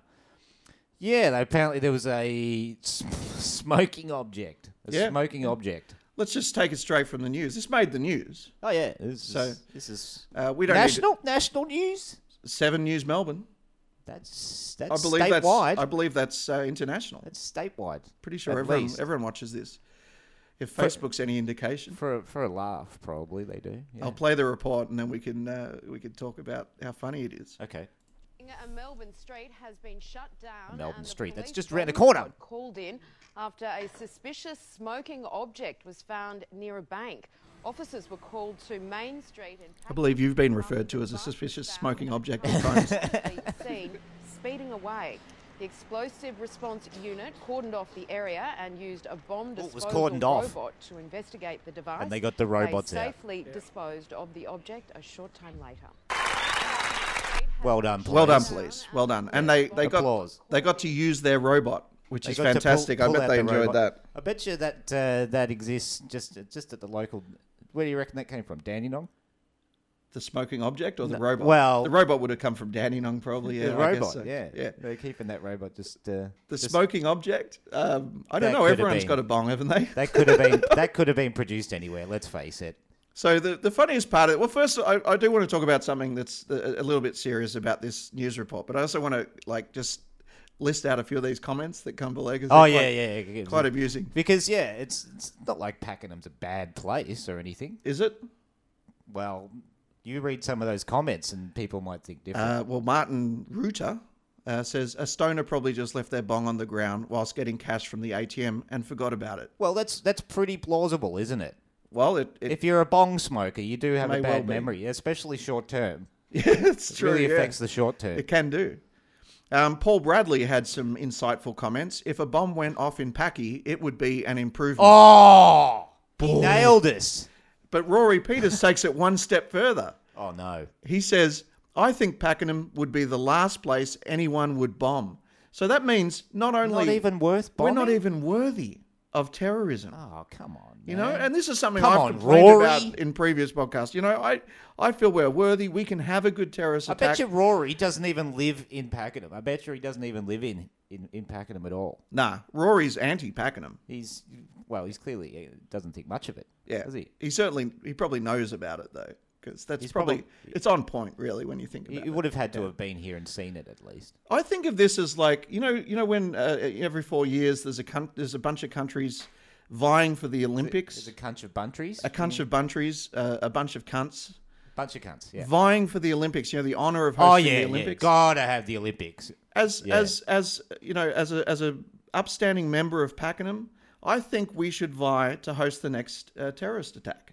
S1: yeah, they- apparently there was a s- smoking object, a
S2: Yeah.
S1: smoking object.
S2: Let's just take it straight from the news. This made the news.
S1: Oh yeah, this
S2: So,
S1: is this is
S2: Uh, we don't need to-
S1: national national news.
S2: Seven News Melbourne.
S1: That's
S2: I
S1: that's
S2: believe that's.
S1: statewide.
S2: I believe that's uh, international.
S1: that's statewide.
S2: Pretty sure
S1: at
S2: everyone
S1: least.
S2: everyone watches this. If Facebook's any indication,
S1: for a, for a laugh, probably they do. Yeah.
S2: I'll play the report and then we can uh, we can talk about how funny it is.
S1: Okay.
S6: A Melbourne street has been shut down.
S1: Melbourne
S6: and the
S1: street, that's
S6: police
S1: just round the
S6: bomb
S1: corner.
S6: squad Called in after a suspicious smoking object was found near a bank. Officers were called to Main Street and.
S2: I believe you've been referred to as a suspicious smoking object at times.
S6: Seen speeding away. The explosive response unit cordoned off the area and used a bomb
S1: Oh, it was
S6: disposal
S1: cordoned off.
S6: robot to investigate the device.
S1: they got the robots
S6: they
S1: out.
S6: safely disposed of the object a shut time later.
S1: Well done, police.
S2: Well done, police. Well done. And they, they got
S1: Applause.
S2: they got to use their robot, which
S1: They
S2: is
S1: got to pull-
S2: fantastic.
S1: pull
S2: I bet
S1: out
S2: they
S1: the
S2: enjoyed
S1: robot.
S2: that.
S1: I bet you that uh, that exists just just at the local. Where do you reckon that came from? Dandenong.
S2: The smoking object or the robot?
S1: well-
S2: the robot would have come from Dandenong, probably. Yeah,
S1: the
S2: I guess
S1: robot.
S2: so.
S1: Yeah,
S2: yeah.
S1: They're keeping that robot just. Uh,
S2: The
S1: just-
S2: smoking object. Um, I don't
S1: That
S2: know.
S1: could have
S2: Everyone's
S1: been.
S2: got a bong, haven't they?
S1: That could have been. that could have been produced anywhere. Let's face it.
S2: So the, the funniest part of it, well, first I, I do want to talk about something that's uh, a, a little bit serious about this news report, but I also want to like just list out a few of these comments that come below. 'cause
S1: Oh
S2: they're
S1: yeah,
S2: quite-
S1: yeah, yeah.
S2: quite abusing.
S1: Because yeah, it's it's not like Pakenham's a bad place or anything.
S2: Is it?
S1: Well, you read some of those comments and people might think different.
S2: Uh, well, Martin Reuter uh, says a stoner probably just left their bong on the ground whilst getting cash from the ATM and forgot about it.
S1: well, that's that's pretty plausible, isn't it?
S2: Well, it, it
S1: If you're a bong smoker, you do have a
S2: May
S1: bad
S2: well be.
S1: memory, especially short term.
S2: [laughs] it's
S1: It
S2: true,
S1: really
S2: yeah.
S1: affects the short term.
S2: It can do. Um, Paul Bradley had some insightful comments. If a bomb went off in Packy, it would be an improvement.
S1: Oh, he nailed us.
S2: But Rory Peters takes it one step further.
S1: Oh no.
S2: He says, I think Pakenham would be the last place anyone would bomb. So that means not only.
S1: Not even worth
S2: We're
S1: bombing.
S2: not even worthy of terrorism.
S1: Oh come on.
S2: You know,
S1: man.
S2: and this is something
S1: Come
S2: I've
S1: on,
S2: complained
S1: Rory.
S2: about in previous podcasts. You know, I, I feel we're worthy. We can have a good terrorist
S1: I
S2: attack.
S1: bet you Rory doesn't even live in Pakenham. I bet you he doesn't even live in in, in Pakenham at all.
S2: Nah, Rory's anti Pakenham.
S1: He's well, he's clearly uh, doesn't think much of it.
S2: Yeah,
S1: does he?
S2: certainly he probably knows about it though, because that's
S1: He's
S2: probably
S1: probab-
S2: it's on point really when you think
S1: He,
S2: about
S1: he
S2: it.
S1: would have had to have been here and seen it at least.
S2: I think of this as like you know you know when uh, every four years there's a coun- there's a bunch of countries vying for the Olympics,
S1: There's a bunch of buntries,
S2: a bunch of countries, uh, a bunch of cunts
S1: bunch of cunts. Yeah.
S2: vying for the Olympics. You know the honor of
S1: Oh
S2: hosting
S1: yeah,
S2: the
S1: yeah.
S2: Olympics.
S1: Gotta have the Olympics.
S2: As
S1: Yeah.
S2: as as you know as a as a upstanding member of Pakenham, I think we should vie to host the next uh, terrorist attack.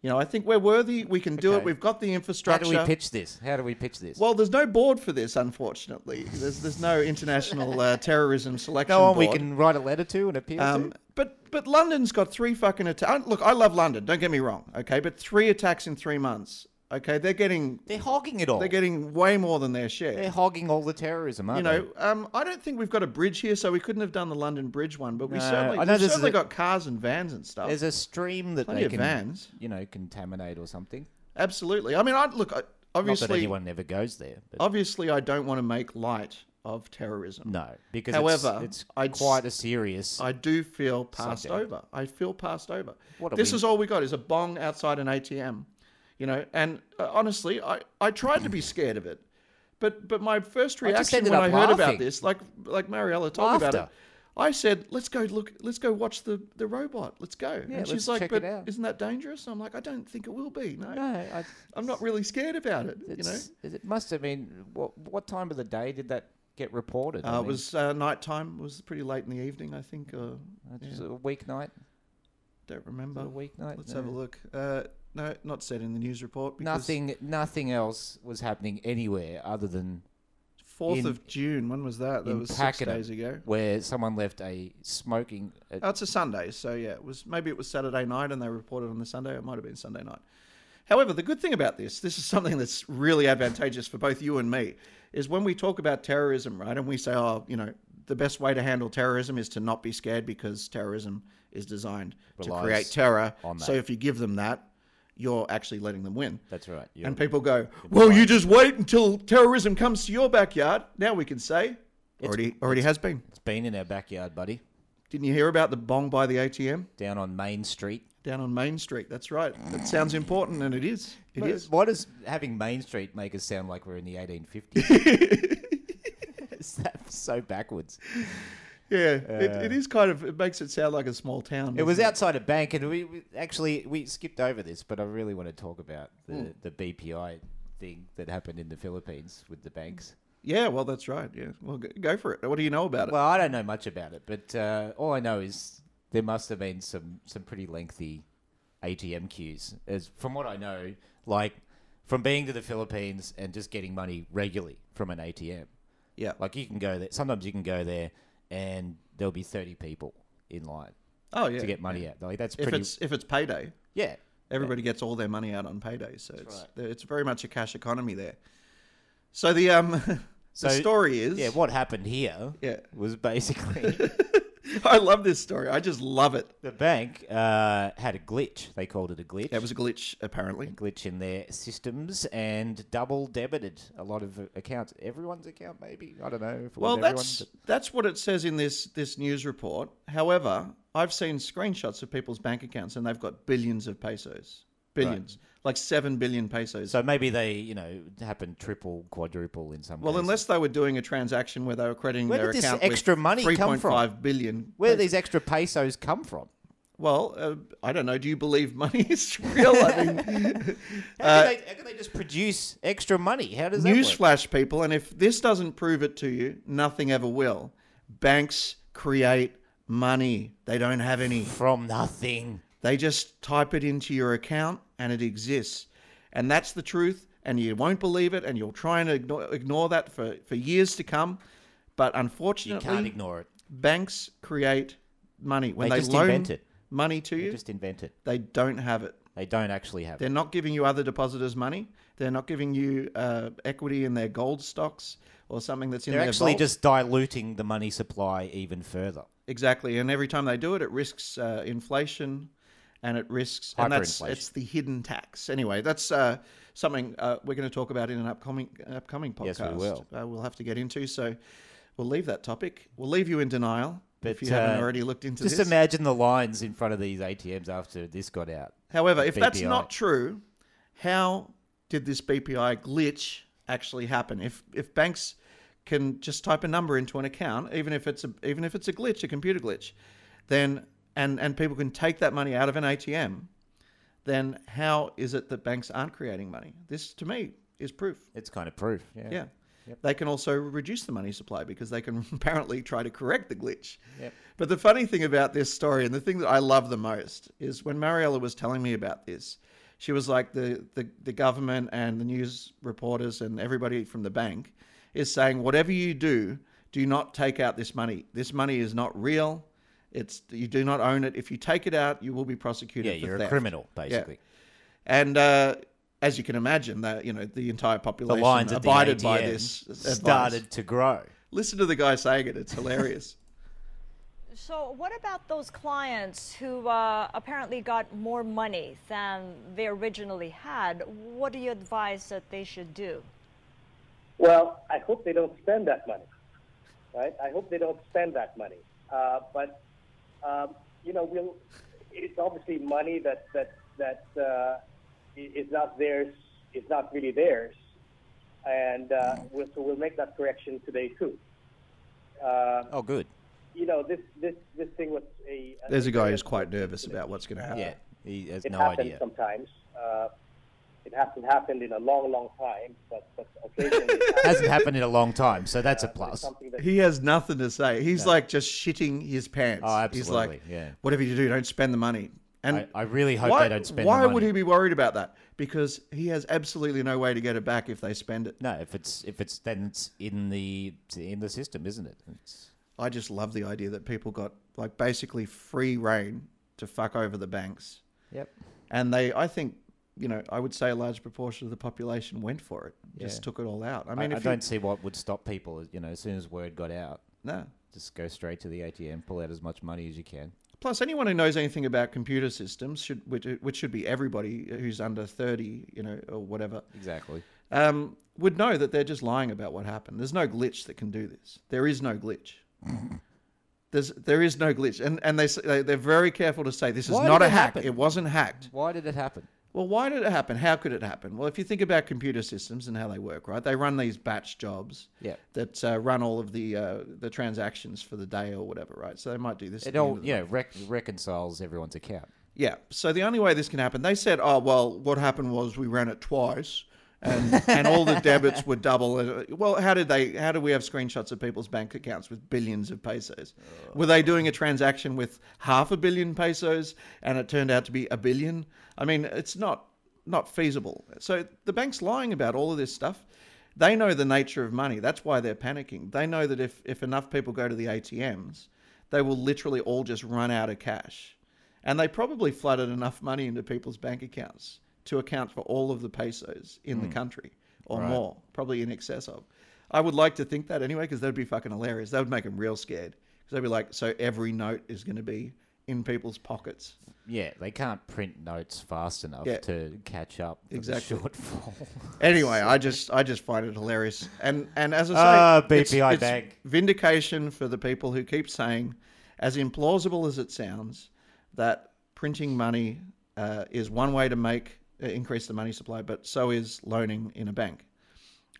S2: You know I think we're worthy. We can do
S1: Okay.
S2: it. We've got the
S1: How
S2: infrastructure.
S1: do we pitch this? How do we pitch this?
S2: Well, there's no board for this, unfortunately. There's there's no international uh, terrorism selection
S1: [laughs] no one we
S2: board.
S1: can write a letter to and appeal
S2: Um,
S1: to.
S2: but but London's got three fucking attacks. Look, I love London. Don't get me wrong. Okay, but three attacks in three months. Okay, they're getting
S1: They're hogging it all.
S2: they're getting way more than their share.
S1: They're hogging all the terrorism,
S2: you
S1: aren't they?
S2: know, um, I don't think we've got a bridge here, so we couldn't have done the London Bridge one. But we
S1: No,
S2: certainly
S1: I know
S2: we've
S1: this is
S2: certainly
S1: a-
S2: got cars and vans and stuff.
S1: There's a stream that
S2: Oh. Plenty
S1: they
S2: of
S1: can,
S2: vans.
S1: you know, contaminate or something.
S2: Absolutely. I mean, I look. I,
S1: Not that
S2: obviously, Oh.
S1: anyone ever goes there. But
S2: obviously, I don't want to make light of terrorism.
S1: no, because
S2: However,
S1: it's, it's
S2: I'd s-
S1: quite a serious.
S2: I do feel passed
S1: Subject.
S2: over. I feel passed over.
S1: What are
S2: this
S1: we-
S2: is all we got is a bong outside an ATM. you know. And uh, honestly, I, I tried
S1: [clears throat]
S2: to be scared of it, but but my first reaction
S1: ended
S2: when I
S1: up
S2: heard about
S1: laughing.
S2: this, like like Mariella told me about
S1: Laughter.
S2: it, I said, "Let's go look. Let's go watch the the robot. Let's go." and
S1: let's
S2: she's like,
S1: check
S2: "But
S1: it out."
S2: isn't that dangerous?" And I'm like, "I don't think it will be. No,
S1: I,
S2: I'm not really scared about it. You know."
S1: it's- It must have been. What, what time of the day did that get reported? I
S2: Uh, it
S1: mean,
S2: was uh, nighttime. It was pretty late in the evening, I think. Uh,
S1: it
S2: yeah,
S1: was a weeknight.
S2: don't remember.
S1: a weeknight?
S2: Let's have a
S1: No.
S2: look. Uh, no, not said in the news report. because
S1: Nothing. Nothing else was happening anywhere other than
S2: 4th
S1: in-
S2: of June. When was that? That
S1: in
S2: was six
S1: Pakenham,
S2: days ago.
S1: where someone left a smoking. uh,
S2: Oh, it's a Sunday, so yeah, it was maybe it was Saturday night and they reported on the Sunday. It might have been Sunday night. However, the good thing about this, this is [laughs] something that's really advantageous for both you and me, is when we talk about terrorism, right? And we say, oh, you know, the best way to handle terrorism is to not be scared because terrorism is designed to
S1: Relies
S2: create terror.
S1: on
S2: So
S1: that.
S2: if you give them that, you're actually letting them win.
S1: that's right. you're-
S2: And people go, well, you just wait until terrorism comes to your backyard. Now we can say, already, already has been.
S1: it's been in our backyard, buddy.
S2: Didn't you hear about the bong by the ATM?
S1: Down on Main Street.
S2: down on Main Street. That's right. That sounds important, and it is. It
S1: But
S2: is.
S1: Why does having Main Street make us sound like we're in the
S2: [laughs]
S1: 1850s? [laughs] Is that so backwards?
S2: Yeah, it, it is kind of. It makes it sound like a small town.
S1: It was
S2: doesn't
S1: outside a bank, and we, we actually we skipped over this, but I really want to talk about the,
S2: Hmm.
S1: the BPI thing that happened in the Philippines with the banks.
S2: Yeah, well, that's right. Yeah, well, go, go for it. What do you know about it?
S1: Well, I don't know much about it, but uh, all I know is there must have been some some pretty lengthy ATM queues, as from what I know, like from being to the Philippines and just getting money regularly from an ATM.
S2: yeah,
S1: Like you can go there. Sometimes you can go there, and there'll be thirty people in line
S2: oh yeah.
S1: to get money out. Like that's
S2: if
S1: pretty.
S2: it's if it's payday,
S1: yeah,
S2: everybody gets all their money out on payday. So it's it's very much a cash economy there. So the um, [laughs]
S1: So-
S2: the story is
S1: yeah. What happened here?
S2: Yeah.
S1: was basically
S2: [laughs] I love this story. I just love it.
S1: the bank uh, had a glitch. They called it a glitch.
S2: It was a glitch apparently.
S1: glitch in their systems and double debited a lot of accounts. Everyone's account, maybe. I don't know. If it
S2: Well,
S1: was
S2: that's
S1: everyone,
S2: that's what it says in this this news report. However, I've seen screenshots of people's bank accounts and they've got billions of pesos, billions, like seven billion
S1: but-
S2: pesos.
S1: so maybe they, you know, happened triple, quadruple in some.
S2: well,
S1: cases.
S2: unless they were doing a transaction where they were crediting
S1: Where
S2: their
S1: did this
S2: account
S1: extra
S2: with
S1: money come
S2: three
S1: from?
S2: point five billion.
S1: where do
S2: pesos.
S1: these extra pesos come from?
S2: Well, uh, I don't know. Do you believe money is real?
S1: [laughs]
S2: I mean, Uh,
S1: How, do they, how do they just produce extra money? How does that work?
S2: newsflash, people, and if this doesn't prove it to you, nothing ever will. Banks create money; they don't have any.
S1: from nothing.
S2: They just type it into your account and it exists. And that's the truth. And you won't believe it. And you'll try and ignore, ignore that for, for years to come. But
S1: You
S2: unfortunately,
S1: can't ignore it.
S2: banks create money. When
S1: They
S2: they,
S1: just
S2: loan
S1: invent it.
S2: money to
S1: They
S2: you,
S1: just invent it.
S2: they don't have it.
S1: They don't actually have
S2: They're
S1: it.
S2: not giving you other depositors money. They're not giving you uh, equity in their gold stocks or something that's in
S1: They're
S2: their
S1: actually
S2: vault.
S1: just diluting the money supply even further.
S2: Exactly, and every time they do it, it risks uh, inflation, and it risks and that's
S1: Hyperinflation.
S2: it's the hidden tax. Anyway, that's uh, something uh, we're going to talk about in an upcoming upcoming podcast.
S1: Yes, we will.
S2: Uh, we'll have to get into. So we'll leave that topic. We'll leave you in denial if
S1: But,
S2: you haven't
S1: uh,
S2: already looked into
S1: Just
S2: this.
S1: imagine the lines in front of these ATMs after this got out.
S2: However, if that's
S1: BPI.
S2: not true, how did this BPI glitch actually happen? If if banks can just type a number into an account, even if it's a even if it's a glitch, a computer glitch, then and and people can take that money out of an ATM, then how is it that banks aren't creating money? This to me is proof.
S1: It's kind of proof. Yeah.
S2: Yeah. They can also reduce the money supply because they can [laughs] apparently try to correct the glitch.
S1: Yep.
S2: But the funny thing about this story and the thing that I love the most is when Mariella was telling me about this, she was like, the, the, the government and the news reporters and everybody from the bank is saying, whatever you do, do not take out this money. This money is not real. It's you do not own it. If you take it out, you will be prosecuted.
S1: Yeah,
S2: for
S1: you're a
S2: theft."
S1: criminal, basically.
S2: And uh, as you can imagine, that you know the entire
S1: The
S2: population
S1: lines at the
S2: abided
S1: ATM
S2: by this. advice.
S1: started to grow.
S2: Listen to the guy saying it; it's hilarious.
S7: So, what about those clients who uh, apparently got more money than they originally had? What do you advise that they should do?
S8: Well, I hope they don't spend that money, right? I hope they don't spend that money. Uh, but um, you know, we'll, it's obviously money that that that uh, i- is not theirs, is not really theirs, and uh, we'll, so we'll make that correction today too. Uh,
S1: Oh, good.
S8: you know, this this this thing was a.
S2: There's a guy who's quite nervous about what's going to happen.
S1: Yeah, he has
S8: it
S1: no
S8: happens
S1: idea.
S8: sometimes. Uh, it hasn't happened in a long, long time, but, but occasionally it happens.
S1: Hasn't happened in a long time, so that's a
S8: It's
S1: plus.
S8: something that
S2: He has nothing to say. He's like just shitting his pants.
S1: Oh,
S2: He's like,
S1: absolutely, yeah.
S2: whatever you do, don't spend the money. And
S1: I, I really hope
S2: why,
S1: they don't spend.
S2: why
S1: the money.
S2: would he be worried about that? Because he has absolutely no way to get it back if they spend it.
S1: No, if it's if it's then it's in the it's in the system, isn't it? It's,
S2: I just love the idea that people got like basically free reign to fuck over the banks.
S1: yep.
S2: And they, I think, you know, I would say a large proportion of the population went for it, just
S1: Yeah.
S2: took it all out. I
S1: I,
S2: mean,
S1: I
S2: if you,
S1: don't see what would stop people. You know, as soon as word got out,
S2: no.
S1: just go straight to the ATM, pull out as much money as you can.
S2: Plus, anyone who knows anything about computer systems should, which, which should be everybody who's under thirty, you know, or whatever,
S1: Exactly.
S2: um, would know that they're just lying about what happened. There's no glitch that can do this. There is
S1: [laughs]
S2: no glitch. There's there is no glitch, and and they s- they they're very careful to say this is
S1: Why did
S2: not a
S1: it
S2: hack.
S1: happen?
S2: It wasn't hacked.
S1: Why did it happen?
S2: Well, why did it happen? How could it happen? Well, if you think about computer systems and how they work, right? They run these batch jobs
S1: Yeah.
S2: that uh, run all of the uh, the transactions for the day or whatever, right? So they might do this. at
S1: It
S2: the end
S1: all
S2: of the
S1: you know rec- reconciles everyone's account.
S2: yeah. So the only way this can happen, they said, oh, well, what happened was we ran it twice and, and all the debits were double. And, uh, Well, how did they, how do we have screenshots of people's bank accounts with billions of pesos? Were they doing a transaction with half a billion pesos and it turned out to be a billion? I mean, it's not, not feasible. So the bank's lying about all of this stuff. They know the nature of money. That's why they're panicking. They know that if, if enough people go to the ATMs, they will literally all just run out of cash. And they probably flooded enough money into people's bank accounts to account for all of the pesos in the country or more, probably in excess of. I would like to think that anyway, because that'd be fucking hilarious. That would make them real scared. Because they'd be like, so every note is going to be in people's pockets.
S1: Yeah, they can't print notes fast enough
S2: Yeah.
S1: to catch up for
S2: Exactly.
S1: the [laughs] shortfall.
S2: Anyway, I just I just find it hilarious, and and as I say,
S1: Ah,
S2: it's-
S1: BPI
S2: it's
S1: bag.
S2: vindication for the people who keep saying, as implausible as it sounds, that printing money uh, is one way to make uh, increase the money supply, but so is loaning in a bank.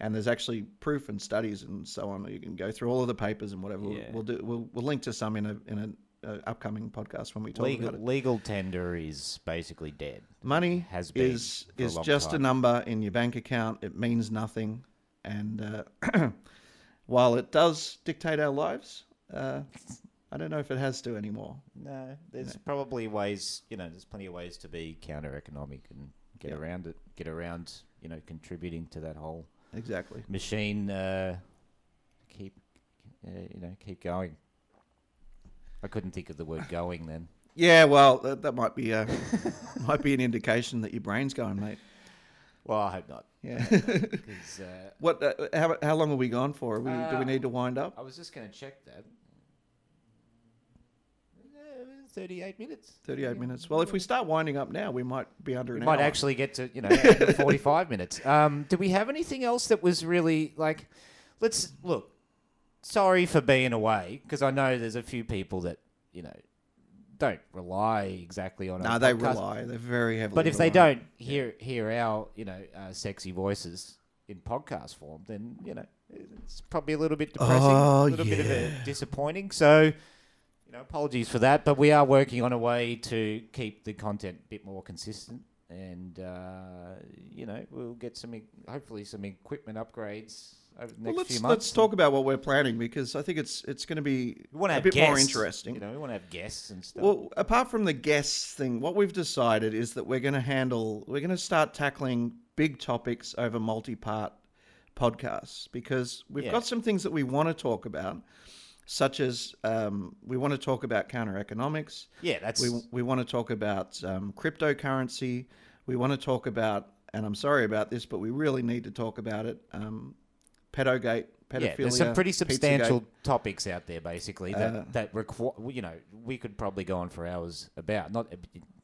S2: And there's actually proof and studies and so on. You can go through all of the papers and whatever. We'll, we'll do. We'll, we'll link to some in a in an uh, upcoming podcast when we talk
S1: legal
S2: about it.
S1: legal tender is basically dead.
S2: Money
S1: Has been
S2: is
S1: for a
S2: is
S1: long
S2: just a
S1: time.
S2: number in your bank account. It means nothing, and uh, [clears throat] while it does dictate our lives, uh, I don't know if it has to anymore.
S1: No, there's probably ways. You know, there's plenty of ways to be counter-economic and get around it. Get around, you know, contributing to that whole
S2: Exactly.
S1: machine. Uh, keep, uh, you know, keep going. I couldn't think of the word "going" then.
S2: Yeah. Well, that, that might be a, [laughs] might be an indication that your brain's going, mate.
S1: Well, I hope not.
S2: Yeah. [laughs]
S1: 'cause, uh,
S2: what? Uh, how, how long are we gone for? Are we, do we need to wind
S1: I
S2: up?
S1: was just going to check that. Uh, Thirty-eight minutes.
S2: Thirty-eight minutes. Well, if we start winding up now, we might be under an
S1: We
S2: hour.
S1: might actually get to you know [laughs] 45 minutes um do we have anything else that was really like let's look sorry for being away because i know there's a few people that you know don't rely exactly on
S2: No,
S1: our
S2: they
S1: podcast.
S2: rely. They're very heavily.
S1: but if they
S2: reliant.
S1: don't hear hear our you know uh, sexy voices in podcast form then you know it's probably a little bit depressing
S2: Oh,
S1: a little bit of a disappointing so you know, apologies for that, but we are working on a way to keep the content a bit more consistent, and uh, you know, we'll get some e- hopefully some equipment upgrades over the next
S2: Well,
S1: few
S2: let's,
S1: months.
S2: let's talk about what we're planning because I think it's it's going to be
S1: We want to have
S2: a bit more
S1: guests,
S2: interesting.
S1: You know, we want to have guests and stuff.
S2: well, apart from the guests thing, what we've decided is that we're going to handle we're going to start tackling big topics over multi-part podcasts because we've
S1: Yeah.
S2: got some things that we want to talk about, such as um, we want to talk about counter economics.
S1: yeah, that's
S2: We, we want to talk about um, cryptocurrency. We want to talk about, and I'm sorry about this, but we really need to talk about it. Um, pedogate, pedophilia.
S1: yeah. There's some pretty
S2: Pizzagate.
S1: substantial topics out there, basically that
S2: Uh.
S1: that require. You know, we could probably go on for hours about. Not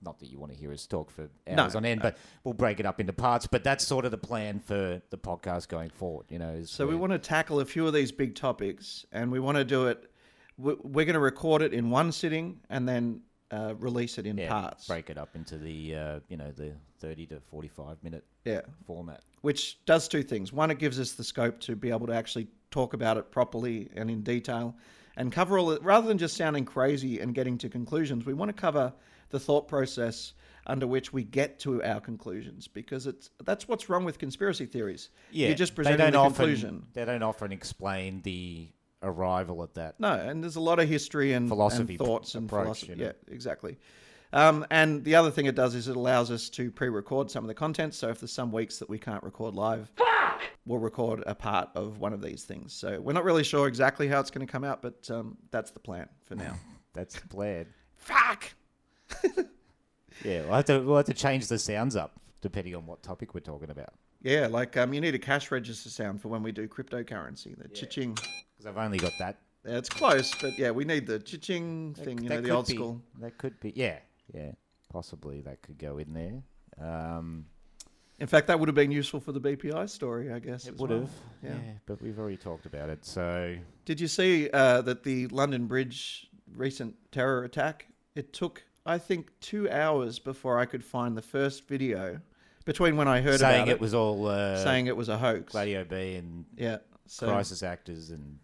S1: not that you want to hear us talk for hours on end, but we'll break it up into parts. But that's sort of the plan for the podcast going forward. You know, is
S2: So we
S1: we're-
S2: want to tackle a few of these big topics, and we want to do it. we- We're going to record it in one sitting, and then uh, release it in
S1: yeah,
S2: parts.
S1: break it up into the uh, you know the thirty to forty-five minute
S2: Yeah.
S1: format.
S2: which does two things. One, it gives us the scope to be able to actually talk about it properly and in detail and cover all it rather than just sounding crazy and getting to conclusions. We want to cover the thought process under which we get to our conclusions because it's that's what's wrong with conspiracy theories.
S1: Yeah,
S2: You're just presenting
S1: they don't
S2: the
S1: often,
S2: conclusion.
S1: They don't often explain the arrival at that.
S2: No, and there's a lot of history and
S1: Philosophy
S2: and thoughts and
S1: approach,
S2: philosophy.
S1: you know.
S2: Yeah, exactly. Um, and the other thing it does is it allows us to pre-record some of the content. So if there's some weeks that we can't record live, we'll record a part of one of these things. So we're not really sure exactly how it's going to come out, but um, that's the plan
S1: [laughs]
S2: for now.
S1: That's the plan.
S2: Fuck.
S1: Yeah, we'll have to we'll have to change the sounds up depending on what topic we're talking about.
S2: Yeah, like um, you need a cash register sound for when we do cryptocurrency. The cha-ching.
S1: Because I've only got that.
S2: Yeah, it's close, but yeah, we need the cha-ching
S1: That-
S2: thing. You
S1: that
S2: know, the
S1: could
S2: old
S1: be-
S2: school.
S1: That could be. Yeah, yeah. Possibly that could go in there. Um,
S2: In fact, that would have been useful for the BPI story, I guess.
S1: it
S2: as
S1: would
S2: well.
S1: have. Yeah. but we've already talked about it. So
S2: Did you see uh, that the London Bridge recent terror attack? It took, I think, two hours before I could find the first video between when I heard
S1: saying
S2: about
S1: it,
S2: it,
S1: was all uh,
S2: saying it was a hoax.
S1: Gladio B and
S2: Yeah, so
S1: crisis actors and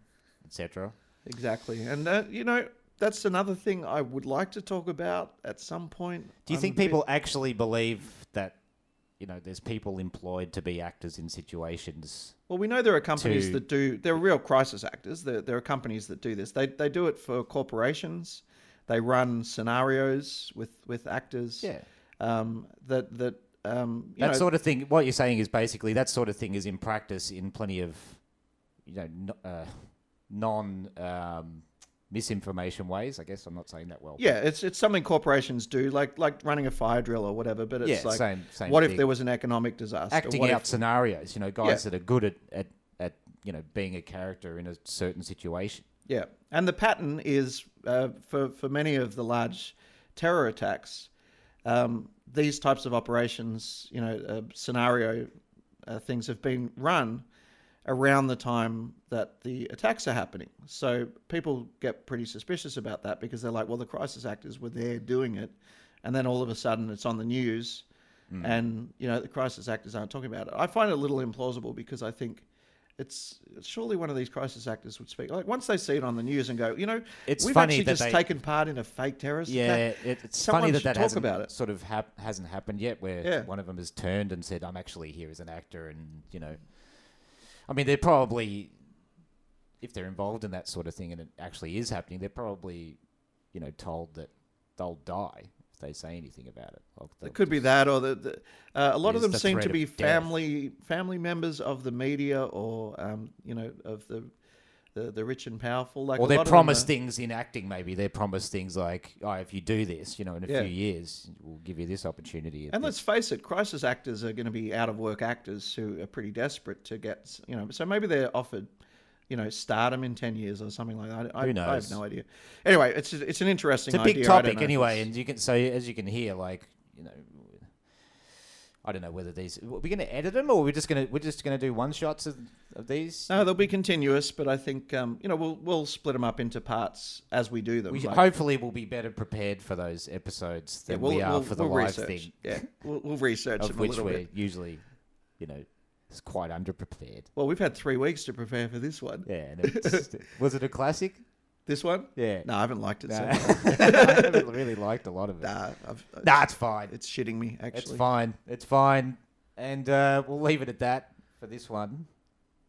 S1: etc.
S2: exactly, and uh, you know that's another thing I would like to talk about at some point.
S1: Do you
S2: I'm
S1: think
S2: a bit-
S1: people actually believe that you know there's people employed to be actors in situations?
S2: Well, we know there are companies
S1: to-
S2: that do. There are real crisis actors. There, there are companies that do this. They they do it for corporations. They run scenarios with with actors.
S1: Yeah.
S2: Um, that that um, you
S1: That
S2: know,
S1: sort of thing. What you're saying is basically that sort of thing is in practice in plenty of you know no, uh, non um, misinformation ways. I guess I'm not saying that well.
S2: yeah, it's it's something corporations do, like like running a fire drill or whatever. But it's
S1: Yeah,
S2: like,
S1: same- same
S2: what if
S1: thing.
S2: there was an economic disaster?
S1: acting
S2: What
S1: out
S2: if-
S1: scenarios. You know, guys
S2: Yeah.
S1: that are good at, at at you know being a character in a certain situation.
S2: yeah, and the pattern is uh, for for many of the large terror attacks, um, these types of operations, you know, uh, scenario uh, things have been run around the time that the attacks are happening. So people get pretty suspicious about that because they're like, well, the crisis actors were there doing it, and then all of a sudden it's on the news,
S1: Hmm.
S2: and you know the crisis actors aren't talking about it. I find it a little implausible because I think. It's surely one of these crisis actors would speak. Like once they see it on the news and go, you know,
S1: It's
S2: we've
S1: funny
S2: actually
S1: that
S2: just
S1: they-
S2: taken part in a fake terrorist
S1: Yeah,
S2: attack.
S1: it, it's
S2: Someone
S1: funny that
S2: should
S1: that
S2: talk
S1: hasn't
S2: about it.
S1: sort of hap- hasn't happened yet. Where
S2: Yeah.
S1: one of them has turned and said, "I'm actually here as an actor," and you know, I mean, they're probably if they're involved in that sort of thing and it actually is happening, they're probably you know told that they'll die if they say anything about it. Like, they'll
S2: It could be
S1: just-
S2: that, or the, the uh, a lot of
S1: Is
S2: them
S1: the
S2: seem
S1: threat
S2: to
S1: of
S2: be
S1: death.
S2: family family members of the media, or um, you know, of the the, the rich and powerful. Like,
S1: Or
S2: a
S1: they're
S2: lot of them
S1: promised
S2: are-
S1: things in acting, maybe. They're promised things like, oh, if you do this, you know, in a
S2: Yeah.
S1: few years, we'll give you this opportunity. at
S2: And
S1: this
S2: let's face it, crisis actors are going to be out of work actors who are pretty desperate to get, you know, so maybe they're offered, you know, stardom in 10 years or something like that. I,
S1: Who
S2: I, I
S1: knows?
S2: have no idea. Anyway, it's, it's an interesting
S1: it's a big
S2: idea. I don't
S1: topic
S2: know if
S1: anyway,
S2: it's-
S1: and you can so as you can hear, like you know, I don't know whether these we're going to edit them or we're just going to we're just going to do one shots of, of these.
S2: No, they'll be continuous, but I think, um, you know, we'll, we'll split them up into parts as we do them.
S1: we
S2: like-
S1: hopefully we'll be better prepared for those episodes than we are for the live
S2: research.
S1: thing,
S2: Yeah, we'll, we'll research
S1: of
S2: them a
S1: which
S2: little
S1: we're
S2: bit.
S1: usually, you know, it's quite underprepared.
S2: Well, we've had three weeks to prepare for this one.
S1: Yeah,
S2: [laughs]
S1: and it's, was it a classic?
S2: This one?
S1: Yeah.
S2: No, I haven't liked it.
S1: No.
S2: so
S1: [laughs]
S2: much.
S1: I haven't really liked a lot of it.
S2: Nah, I've,
S1: Nah, it's fine.
S2: it's shitting me. Actually,
S1: It's fine. It's fine. And uh, we'll leave it at that for this one.
S2: Oh,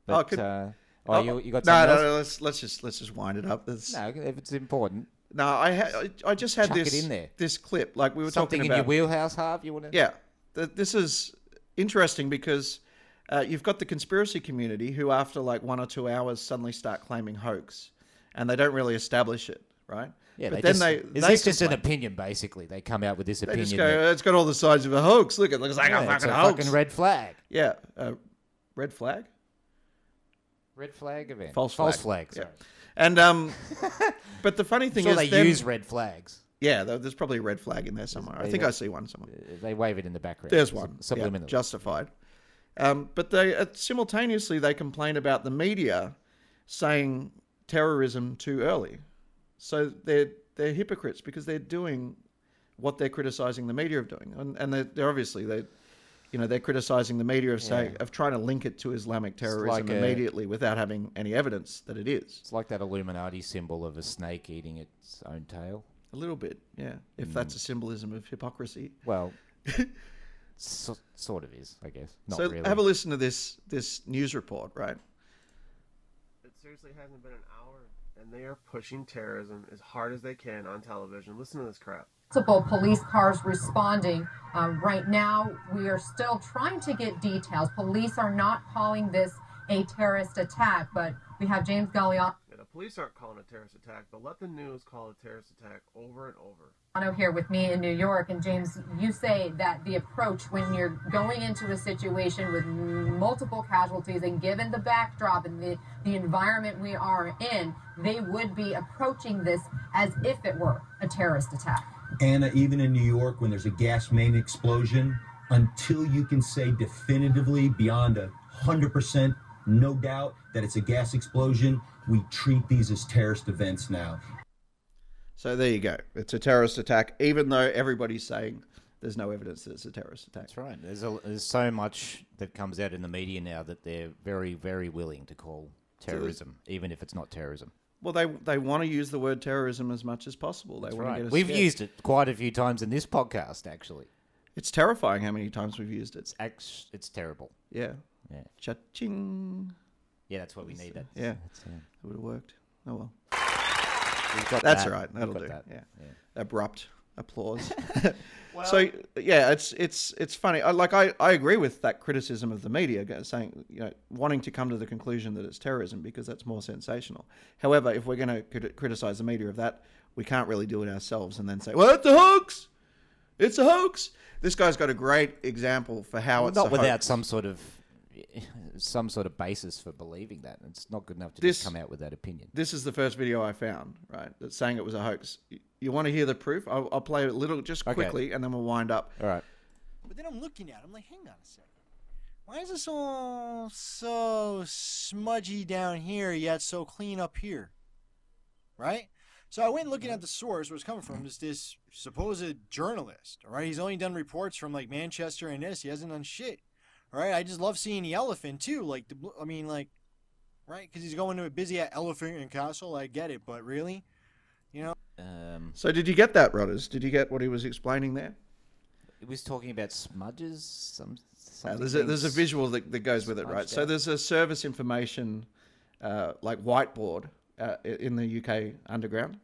S1: But, oh,
S2: could-
S1: uh, oh,
S2: Oh,
S1: you, you got
S2: no,
S1: something
S2: no,
S1: else?
S2: no. Let's let's just let's just wind it up. There's-
S1: No, if it's important.
S2: No, I ha- I I just had
S1: Chuck it
S2: this
S1: in there.
S2: this clip. Like we were
S1: Something in
S2: talking about.
S1: your wheelhouse, Harv, you want to?
S2: Yeah, Th- this is interesting because uh, you've got the conspiracy community who, after like one or two hours, suddenly start claiming hoax, and they don't really establish it, right?
S1: Yeah,
S2: but
S1: they
S2: then
S1: just,
S2: they
S1: is
S2: they
S1: this just an
S2: complain.
S1: opinion, basically? They come out with this
S2: They
S1: opinion.
S2: just
S1: that,
S2: go, it's got all the sides of a hoax. Look, it looks like
S1: "Yeah,
S2: a
S1: it's
S2: fucking
S1: a
S2: hoax.
S1: fucking red flag.
S2: yeah, uh, red flag.
S1: Red flag event.
S2: False flag.
S1: flag, sorry. [laughs]
S2: And um, but the funny thing
S1: Sure
S2: is,
S1: they
S2: then-
S1: use red flags.
S2: yeah, there- there's probably a red flag in there somewhere. I think
S1: yeah.
S2: I see one somewhere.
S1: Uh, They wave it in the background.
S2: There's
S1: sub-
S2: one.
S1: Subliminally.
S2: Yeah, justified. Um, but they uh, simultaneously they complain about the media saying terrorism too early. So they're they're hypocrites because they're doing what they're criticizing the media of doing, and, and they're, they're obviously they, you know, they're criticizing the media of saying of trying to link it to Islamic terrorism
S1: like a-
S2: immediately without having any evidence that it is.
S1: It's like that Illuminati symbol of a snake eating its own tail.
S2: A little bit, yeah. If
S1: Hmm.
S2: that's a symbolism of hypocrisy. [laughs]
S1: Well, so, sort of is, I guess. Not
S2: so
S1: really.
S2: have a listen to this this news report, right?
S9: It seriously hasn't been an hour, [laughs] and they are pushing terrorism as hard as they can on television. Listen to this crap.
S10: multiple police cars responding. Uh, right now, we are still trying to get details. Police are not calling this a terrorist attack, but we have James Galliano
S9: Yeah, the police aren't calling it a terrorist attack, but let the news call it a terrorist attack over and over.
S10: here with me in New York. And James, you say that the approach when you're going into a situation with multiple casualties and given the backdrop and the, the environment we are in, they would be approaching this as if it were a terrorist attack.
S11: Anna, even in New York, when there's a gas main explosion, until you can say definitively, beyond a 100%, no doubt, that it's a gas explosion, we treat these as terrorist events now.
S2: So there you go. It's a terrorist attack, even though everybody's saying there's no evidence that it's a terrorist attack.
S1: That's right. There's, a, there's so much that comes out in the media now that they're very, very willing to call terrorism, even if it's not terrorism.
S2: Well, they they want to use the word terrorism as much as possible. They
S1: That's
S2: want to get
S1: right.
S2: us
S1: We've
S2: scared.
S1: used it quite a few times in this podcast, actually.
S2: It's terrifying how many times we've used it.
S1: It's act- it's terrible.
S2: Yeah.
S1: Yeah.
S2: Cha-ching.
S1: Yeah, that's what we need. That.
S2: Yeah.
S1: That's, yeah.
S2: It would have worked. Oh well.
S1: We've got
S2: That's
S1: that.
S2: all right.
S1: We've
S2: That'll
S1: got
S2: do.
S1: that.
S2: Yeah.
S1: Yeah.
S2: Abrupt
S1: [laughs]
S2: applause. [laughs] so yeah, it's it's it's funny. I, like I, I agree with that criticism of the media go- saying you know wanting to come to the conclusion that it's terrorism because that's more sensational. However, if we're going to crit- criticize the media of that, we can't really do it ourselves and then say, well, it's a hoax. It's a hoax. This guy's got a great example for how
S1: Well,
S2: it's
S1: not
S2: a
S1: without
S2: hoax.
S1: some sort of [laughs] some sort of basis for believing that. It's not good enough to
S2: This-
S1: just come out with that opinion.
S2: this is the first video I found, right? That's saying it was a hoax. You, you want to hear the proof? I'll, I'll play it a little, just
S1: Okay.
S2: quickly, and then we'll wind up.
S1: All right.
S12: But then I'm looking at it, I'm like, hang on a second. Why is this all so smudgy down here, yet so clean up here? Right? So I went looking at the source where it's coming from. Is this supposed journalist? All right, he's only done reports from like Manchester and this. He hasn't done shit. All right, I just love seeing the elephant too. Like the, bl- I mean, like, right? Because he's going to a busy at Elephant and Castle. I get it, but really, you know.
S1: Um,
S2: So, did you get that, Rodders? Did you get what he was explaining there?
S1: it was talking about smudges. Some.
S2: Uh,
S1: something
S2: there's a, there's a
S1: s-
S2: visual that, that goes with it,
S1: smudged
S2: right? So
S1: out.
S2: there's a service information uh, like whiteboard uh, i- in the UK underground.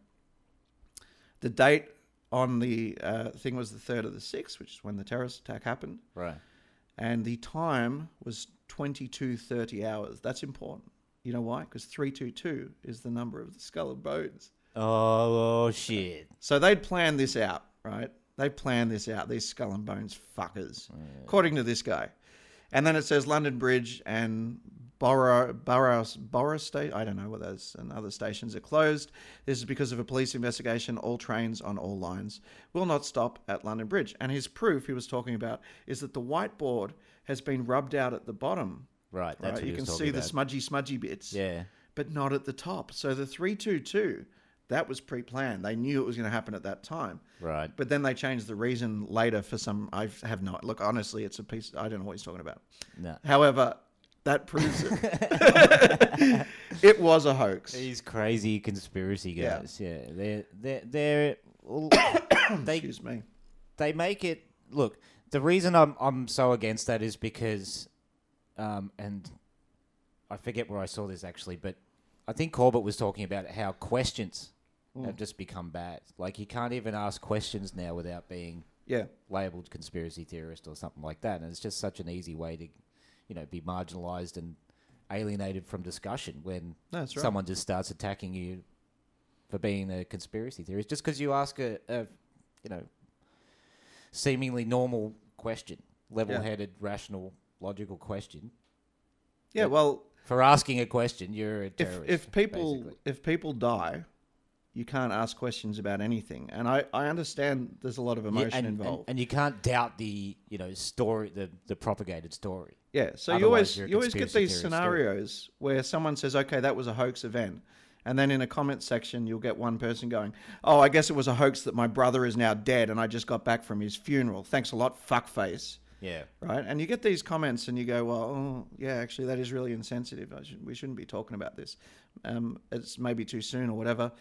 S2: The date on the uh, thing was the third of the sixth, which is when the terrorist attack happened,
S1: Right.
S2: and the time was 22:30 hours. That's important. You know why? Because 322 is the number of the skull and bones.
S1: Oh, shit.
S2: So they'd planned this out, right? They planned this out, these skull and bones fuckers,
S1: Mm.
S2: according to this guy. And then it says London Bridge and Borough, Borough, Borough State, I don't know what those and other stations are closed. This is because of a police investigation. All trains on all lines will not stop at London Bridge. And his proof he was talking about is that the whiteboard has been rubbed out at the bottom.
S1: Right, that's what he
S2: you
S1: was
S2: can
S1: talking
S2: see the
S1: about.
S2: smudgy, smudgy bits
S1: Yeah.
S2: but not at the top. So the 322, that was pre planned. They knew it was going to happen at that time.
S1: Right.
S2: But then they changed the reason later for some. I have not. Look, honestly, it's a piece. I don't know what he's talking about.
S1: No.
S2: However, that proves it.
S1: [laughs]
S2: it was a hoax.
S1: These crazy conspiracy
S2: Yeah.
S1: guys. Yeah. They're they're they're
S2: [coughs]
S1: all, they
S2: Excuse me.
S1: they make it look. The reason I'm I'm so against that is because, um, and I forget where I saw this actually, but I think Corbett was talking about how questions
S2: Hmm.
S1: have just become bad. Like you can't even ask questions now without being
S2: Yeah.
S1: labeled conspiracy theorist or something like that. And it's just such an easy way to, you know, be marginalized and alienated from discussion when
S2: That's right.
S1: someone just starts attacking you for being a conspiracy theorist just because you ask a, a, you know, seemingly normal question, level-headed, rational, logical question.
S2: Yeah. Well,
S1: For asking a question, you're a
S2: if,
S1: terrorist.
S2: if people
S1: basically.
S2: if people die, you can't ask questions about anything. And I, I understand there's a lot of
S1: Yeah,
S2: emotion
S1: and, and-
S2: involved.
S1: and you can't doubt the you know story, the the propagated story.
S2: Yeah, so
S1: Otherwise,
S2: you always
S1: you're a
S2: you always get
S1: conspiracy
S2: these
S1: theorist, yeah.
S2: scenarios where someone says, "Okay, that was a hoax event," And then in a comment section, you'll get one person going, "Oh, I guess it was a hoax that my brother is now dead, and I just got back from his funeral. Thanks a lot, fuckface."
S1: Yeah.
S2: Right, and you get these comments, and you go, "Well, oh, yeah, actually, that is really insensitive. I should, we shouldn't be talking about this. Um, it's maybe too soon or whatever."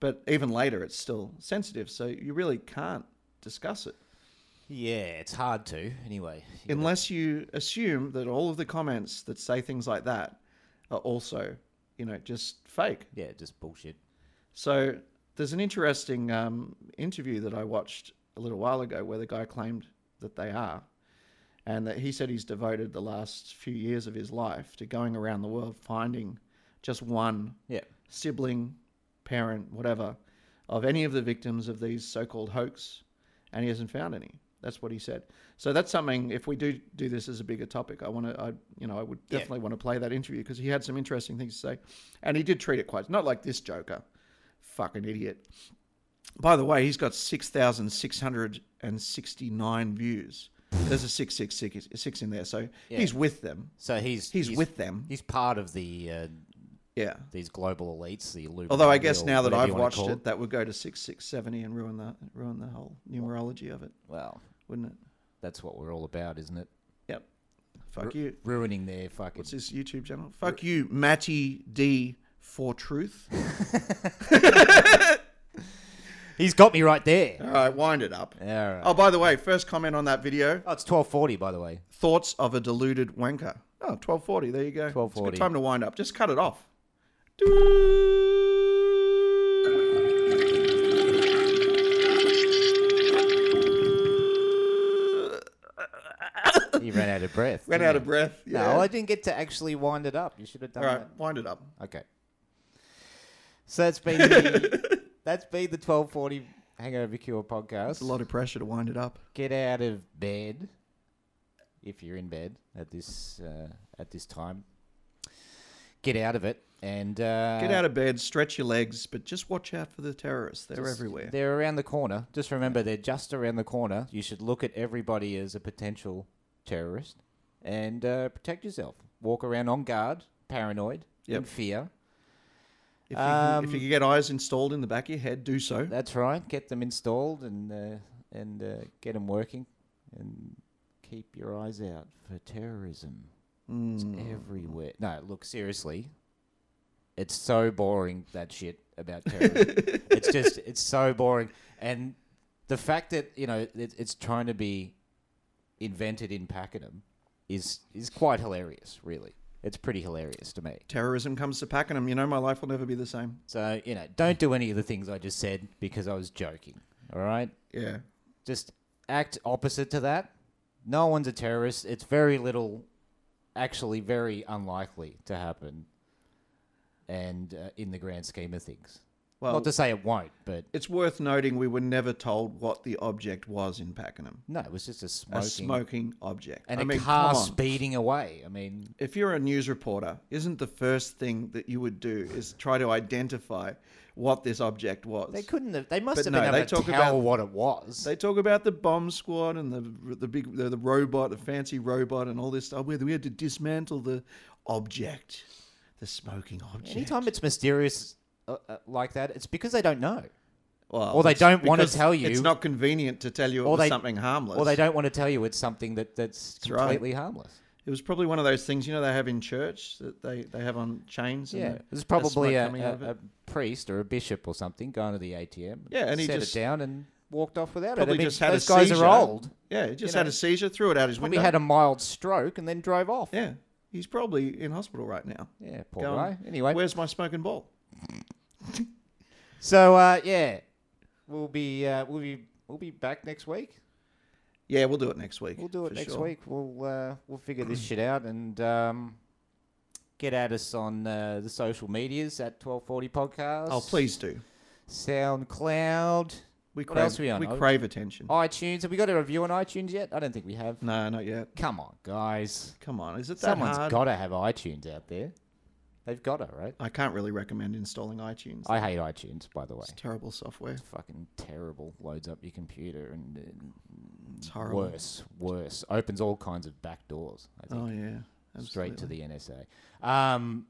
S2: But even later, it's still sensitive, so you really can't discuss it.
S1: Yeah, it's hard to anyway.
S2: unless you assume that all of the comments that say things like that are also, you know, just fake.
S1: Yeah, just bullshit.
S2: So there's an interesting um, interview that I watched a little while ago where the guy claimed that they are, and that he said he's devoted the last few years of his life to going around the world finding just one
S1: Yeah.
S2: sibling, parent, whatever, of any of the victims of these so-called hoax, and he hasn't found any. That's what he said. So that's something. If we do do this as a bigger topic, I want to, I you know, I would
S1: Yeah.
S2: definitely want to play that interview because he had some interesting things to say, and he did treat it quite not like this Joker, fucking idiot. By the way, he's got six thousand six hundred and sixty-nine views. There's a six six six six in there, so
S1: Yeah.
S2: he's with them.
S1: So he's,
S2: He's with them.
S1: He's part of the uh,
S2: yeah
S1: these global elites. The Illuminati
S2: Although I guess
S1: or
S2: now that
S1: whatever
S2: I've
S1: you wanna
S2: watched
S1: call
S2: it, that would go to six six seventy and ruin the ruin the whole numerology of it.
S1: Well,
S2: wouldn't it?
S1: That's what we're all about, isn't it?
S2: Yep. Fuck
S1: Ru-
S2: you.
S1: Ruining their fucking.
S2: What's his YouTube channel? Fuck you, Matty D for Truth.
S1: He's got me right there.
S2: All right, wind it up.
S1: [laughs] All right.
S2: Oh, by the way, first comment on that video.
S1: Oh, it's twelve forty, by the way.
S2: Thoughts of a deluded wanker. Oh, 1240. There you go. 1240. It's a good
S1: 12:40.
S2: time to wind up. Just cut it off.
S1: He ran out of breath.
S2: Ran
S1: didn't
S2: out of
S1: he?
S2: breath, yeah.
S1: No, I didn't get to actually wind it up. You should have done
S2: All right,
S1: that.
S2: wind it up.
S1: Okay. So that's been
S2: [laughs]
S1: the, that's been the twelve forty hangover cure podcast.
S2: It's a lot of pressure to wind it up.
S1: Get out of bed if you're in bed at this uh, at this time. Get out of it and uh,
S2: Get out of bed, stretch your legs, but just watch out for the terrorists. They're
S1: Just-
S2: everywhere.
S1: They're around the corner. Just remember, they're just around the corner. You should look at everybody as a potential terrorist and uh, protect yourself. Walk around on guard, paranoid, in
S2: Yep.
S1: fear.
S2: If you, can,
S1: Um,
S2: if you can get eyes installed in the back of your head, do so.
S1: That's right. Get them installed and uh, and uh, get them working, and keep your eyes out for terrorism. It's everywhere. No, look seriously. It's so boring that shit about terrorism. it's just it's so boring, and the fact that you know it, it's trying to be invented in Pakenham is is quite hilarious. Really, it's pretty hilarious to me.
S2: Terrorism comes to Pakenham. You know, my life will never be the same.
S1: So, you know, don't do any of the things I just said because I was joking. All right?
S2: Yeah.
S1: Just act opposite to that. No one's a terrorist. It's very little, actually, very unlikely to happen. And uh, in the grand scheme of things.
S2: Well-
S1: Not to say it won't, but
S2: It's worth noting we were never told what the object was in Pakenham.
S1: no, it was just a smoking.
S2: A smoking object.
S1: And
S2: I
S1: a
S2: mean,
S1: car
S2: come on.
S1: speeding away. I mean,
S2: If you're a news reporter, isn't the first thing that you would do is try to identify what this object was?
S1: they couldn't have. They must
S2: But
S1: have
S2: no,
S1: been
S2: they
S1: able to
S2: talk
S1: tell
S2: about-
S1: what it was.
S2: They talk about the bomb squad and the the big the, the robot, the fancy robot, and all this stuff. We had, we had to dismantle the object, the smoking object.
S1: Anytime it's mysterious uh, uh, like that, it's because they don't know.
S2: Well,
S1: or they
S2: it's
S1: don't want to
S2: because
S1: tell you.
S2: It's not convenient to tell you it
S1: or
S2: was
S1: they-
S2: something harmless.
S1: Or they don't want to tell you it's something that, that's,
S2: right.
S1: completely harmless.
S2: It was probably one of those things you know they have in church that they, they have on chains.
S1: Yeah,
S2: and
S1: it
S2: the-
S1: was
S2: the
S1: probably
S2: smoke
S1: a,
S2: coming out of it.
S1: a, a priest or a bishop or something going to the ATM.
S2: Yeah, and he
S1: set
S2: just-
S1: it down and walked off without it. I
S2: probably
S1: mean,
S2: just had
S1: those
S2: a
S1: guys
S2: seizure.
S1: are old.
S2: Yeah, he just
S1: you
S2: had
S1: know.
S2: a seizure, threw it out his
S1: Probably
S2: window.
S1: had a mild stroke and then drove off.
S2: yeah, he's probably in hospital right now.
S1: Yeah, poor guy. Anyway.
S2: where's my smoking ball?
S1: So uh, yeah, we'll be uh, we'll be we'll be back next week.
S2: Yeah, we'll do it next week.
S1: We'll do it
S2: for
S1: next
S2: sure.
S1: week. We'll uh, we'll figure
S2: [clears throat]
S1: this shit out and um, get at us on uh, the social medias at twelve forty podcast.
S2: Oh, please do.
S1: SoundCloud.
S2: We
S1: what
S2: crave-
S1: else we on?
S2: we
S1: Oh,
S2: crave attention.
S1: iTunes. Have we got a review on iTunes yet? I don't think we have.
S2: No, not yet.
S1: Come on, guys.
S2: Come on, is it that
S1: Someone's
S2: hard?
S1: got to have iTunes out there. They've got to, right?
S2: I can't really recommend installing iTunes.
S1: I hate iTunes, by the way.
S2: It's terrible software.
S1: It's fucking terrible. Loads up your computer and uh,
S2: It's horrible.
S1: worse, worse. Opens all kinds of back doors. I think.
S2: Oh yeah,
S1: straight to the NSA. Um,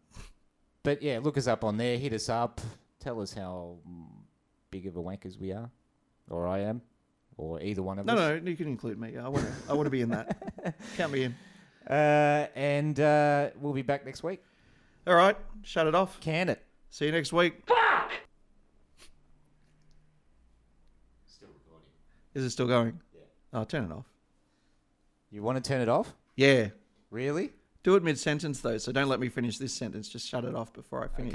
S1: But yeah, look us up on there. Hit us up. Tell us how mm, big of a wankers we are, or I am, or either one of
S2: No,
S1: us.
S2: no, you can include me. I want to. I want to be in that. Count me in.
S1: Uh, and uh, we'll be back next week.
S2: All right, shut it off.
S1: Can it?
S2: See you next week. Is it still going? Yeah. Oh, turn it off.
S1: You want to turn it off?
S2: Yeah.
S1: Really?
S2: Do it mid sentence though, so don't let me finish this sentence. Just shut it off before I finish.